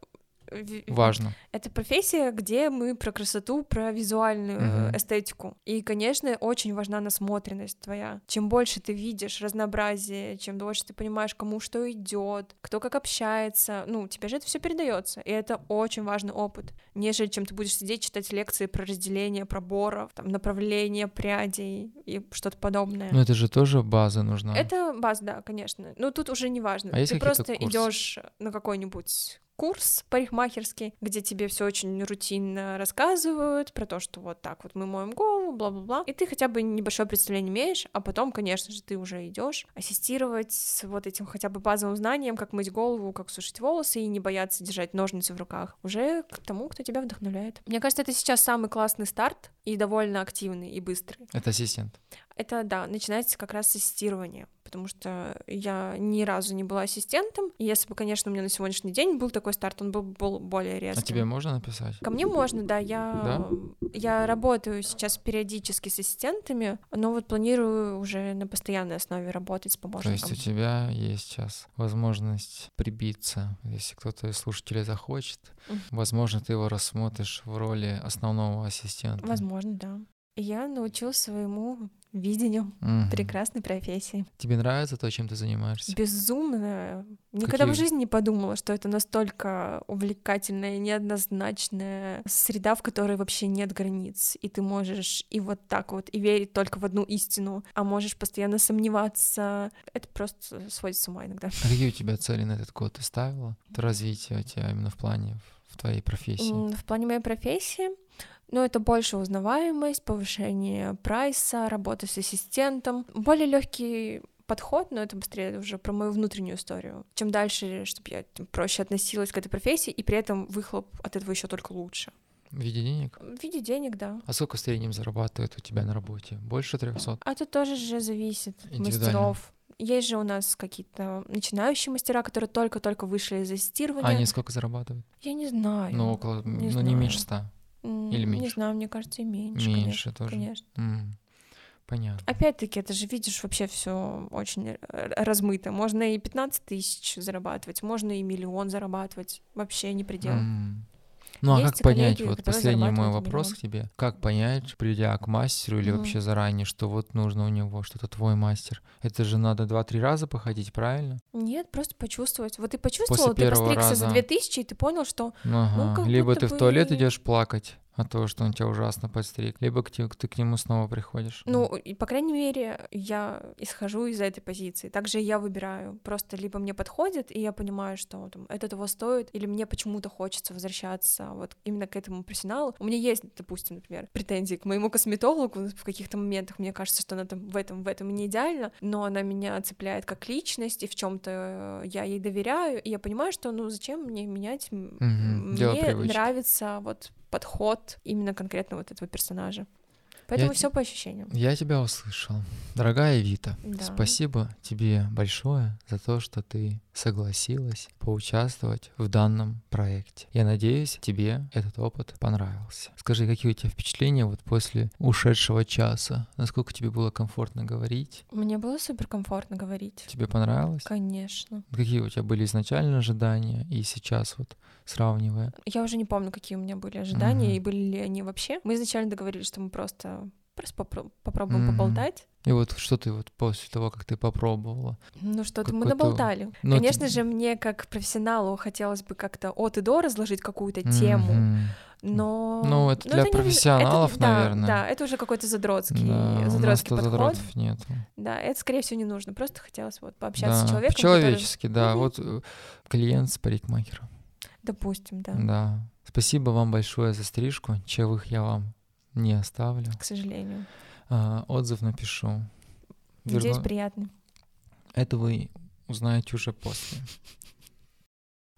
B: ви-
A: Важно.
B: Это профессия, где мы про красоту, про визуальную э,
A: Мгм.
B: эстетику. И, конечно, очень важна насмотренность твоя. Чем больше ты видишь разнообразие, чем дольше ты понимаешь, кому что идет, кто как общается, ну, тебе же это все передается. И это очень важный опыт. Нежели чем ты будешь сидеть читать лекции про разделение проборов, там, направление прядей и что-то подобное.
A: Ну, это же тоже база нужна.
B: Это база, да, конечно. Но тут уже не важно.
A: А есть
B: Ты
A: какие-то
B: просто
A: курсы?
B: идешь на какой-нибудь курс парикмахерский, где тебе все очень рутинно рассказывают про то, что вот так вот мы моем голову, бла-бла-бла. И ты хотя бы небольшое представление имеешь, а потом, конечно же, ты уже идешь ассистировать с вот этим хотя бы базовым знанием, как мыть голову, как сушить волосы и не бояться держать ножницы в руках. Уже к тому, кто тебя вдохновляет. Мне кажется, это сейчас самый классный старт и довольно активный и быстрый.
A: Это ассистент.
B: Это, да, начинается как раз с ассистирования, потому что я ни разу не была ассистентом. И если бы, конечно, у меня на сегодняшний день был такой старт, он был, был более
A: А
B: резким.
A: тебе можно написать?
B: Ко мне можно, да, я, я работаю сейчас периодически с ассистентами, но вот планирую уже на постоянной основе работать с
A: То есть
B: помощником.
A: у тебя есть сейчас возможность прибиться, если кто-то из слушателей захочет.
B: Мгм.
A: Возможно, ты его рассмотришь в роли основного ассистента.
B: Возможно, да. Я научилась своему видению
A: Мгм.
B: прекрасной профессии.
A: Тебе нравится то, чем ты занимаешься?
B: Безумно. Никогда в
A: Какие-
B: жизни не подумала, что это настолько увлекательная, неоднозначная среда, в которой вообще нет границ. И ты можешь и вот так вот, и верить только в одну истину, а можешь постоянно сомневаться. Это просто сводит с ума иногда.
A: А какие у тебя цели на этот год ты ставила? Это развитие у тебя именно в плане в твоей профессии.
B: М, В плане моей профессии, ну, это больше узнаваемость, повышение прайса, работа с ассистентом, более легкий подход, но это быстрее уже про мою внутреннюю историю. Чем дальше, чтобы я тем проще относилась к этой профессии, и при этом выхлоп от этого еще только лучше.
A: В виде денег?
B: В виде денег, да.
A: А сколько в среднем зарабатывает у тебя на работе? Больше 300?
B: А тут тоже же зависит от
A: Индивидуально.
B: мастеров. Есть же у нас какие-то начинающие мастера, которые только-только вышли из
A: А
B: ассистирования.
A: они сколько зарабатывают?
B: Ну, А Я не знаю.
A: Ну, около,
B: не
A: ну, не меньше
B: знаю.
A: 100.
B: М,
A: или
B: Не
A: меньше?
B: знаю, мне кажется, и меньше.
A: Меньше тоже.
B: Конечно. А
A: М, Понятно.
B: Опять-таки, это же, видишь, вообще все очень э, р- размыто. Можно и 15 тысяч зарабатывать, можно и миллион зарабатывать. Вообще не предел.
A: М. Ну а
B: Есть
A: как понять,
B: коллеги,
A: вот
B: которые
A: последний мой
B: зарабатывают
A: вопрос
B: миллион.
A: к тебе, как понять, придя к мастеру или
B: Мгм.
A: вообще заранее, что вот нужно у него, что это твой мастер? Это же надо два-три раза походить, правильно?
B: Нет, просто почувствовать. Вот ты почувствовал, ты
A: первого
B: постригся за
A: раза.
B: 2000, и ты понял, что
A: Ну, ага.
B: как
A: либо
B: будто
A: ты в туалет
B: бы-
A: идешь плакать от того, что он тебя ужасно подстриг, либо к те- ты к нему снова приходишь.
B: Ну, и, по крайней мере, я исхожу из этой позиции. Также и я выбираю. Просто либо мне подходит, и я понимаю, что там, это того стоит, или мне почему-то хочется возвращаться вот именно к этому профессионалу. У меня есть, допустим, например, претензии к моему косметологу в каких-то моментах. Мне кажется, что она там в этом, в этом и не идеальна, но она меня цепляет как личность, и в чем то я ей доверяю, и я понимаю, что ну зачем мне менять? М,
A: Мгм. Дело
B: Мне
A: привычки.
B: нравится вот подход именно конкретно вот этого персонажа. Поэтому
A: т-
B: все по ощущениям.
A: Я тебя услышал. Дорогая Вита,
B: Да.
A: спасибо тебе большое за то, что ты согласилась поучаствовать в данном проекте. Я надеюсь, тебе этот опыт понравился. Скажи, какие у тебя впечатления вот после ушедшего часа? Насколько тебе было комфортно говорить?
B: Мне было суперкомфортно говорить.
A: Тебе понравилось?
B: Конечно.
A: Какие у тебя были изначально ожидания и сейчас вот сравнивая?
B: Я уже не помню, какие у меня были ожидания
A: Мгм.
B: и были ли они вообще. Мы изначально договорились, что мы просто, просто попро- попробуем
A: Мгм.
B: поболтать.
A: И вот что ты вот после того, как ты попробовала?
B: Ну что-то мы
A: Какой-то-
B: наболтали.
A: Ну,
B: Конечно
A: ты-
B: же, мне как профессионалу хотелось бы как-то от и до разложить какую-то тему,
A: Мгм.
B: но...
A: Ну, это
B: но
A: для
B: не- это-
A: профессионалов,
B: да,
A: наверное.
B: Да, это уже какой-то задротский,
A: Да, у нас
B: задротский
A: то
B: подход.
A: задротов нет.
B: Да, это, скорее всего, не нужно. Просто хотелось вот пообщаться с
A: Да,
B: человеком, который-
A: По-человечески, да.
B: Мгм.
A: Вот э, клиент с парикмахером.
B: Допустим, да,
A: Да. Спасибо вам большое за стрижку. Чаевых я вам не оставлю.
B: к сожалению.
A: А, отзыв напишу.
B: Надеюсь,
A: Верну-
B: приятный.
A: Это вы узнаете уже после.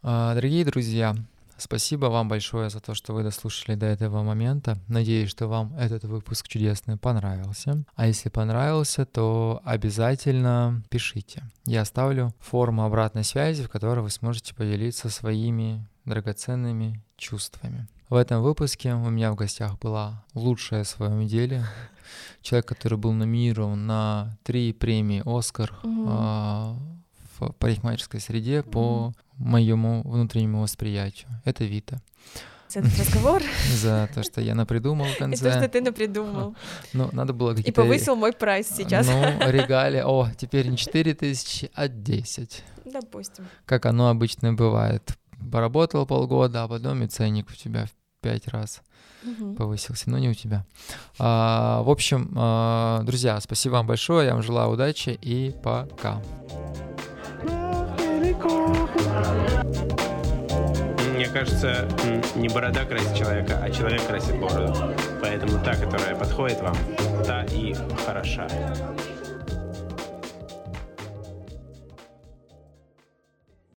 A: А, Дорогие друзья, спасибо вам большое за то, что вы дослушали до этого момента. Надеюсь, что вам этот выпуск чудесный понравился. А если понравился, то обязательно пишите. Я оставлю форму обратной связи, в которой вы сможете поделиться своими драгоценными чувствами. В этом выпуске у меня в гостях была лучшая в своем деле человек, который был номинирован на три премии Оскар
B: Мгм.
A: а, в парикмахерской среде по
B: Мгм.
A: моему внутреннему восприятию. Это Вита.
B: за этот разговор
A: За то, что я напридумал в
B: и то, что
A: конце.
B: ты напридумал.
A: Ну, надо было
B: И
A: какие-то...
B: повысил мой прайс сейчас,
A: Ну, регалии. О, теперь не 4 тысячи, а 10.
B: допустим.
A: Как оно обычно бывает. Поработал полгода, а потом и ценник у тебя в пять раз
B: Мгм.
A: повысился, но не у тебя. А, в общем, а, друзья, спасибо вам большое, я вам желаю удачи и пока.
D: Мне кажется, м, не борода красит человека, а человек красит бороду. Поэтому та, которая подходит вам, та и хороша.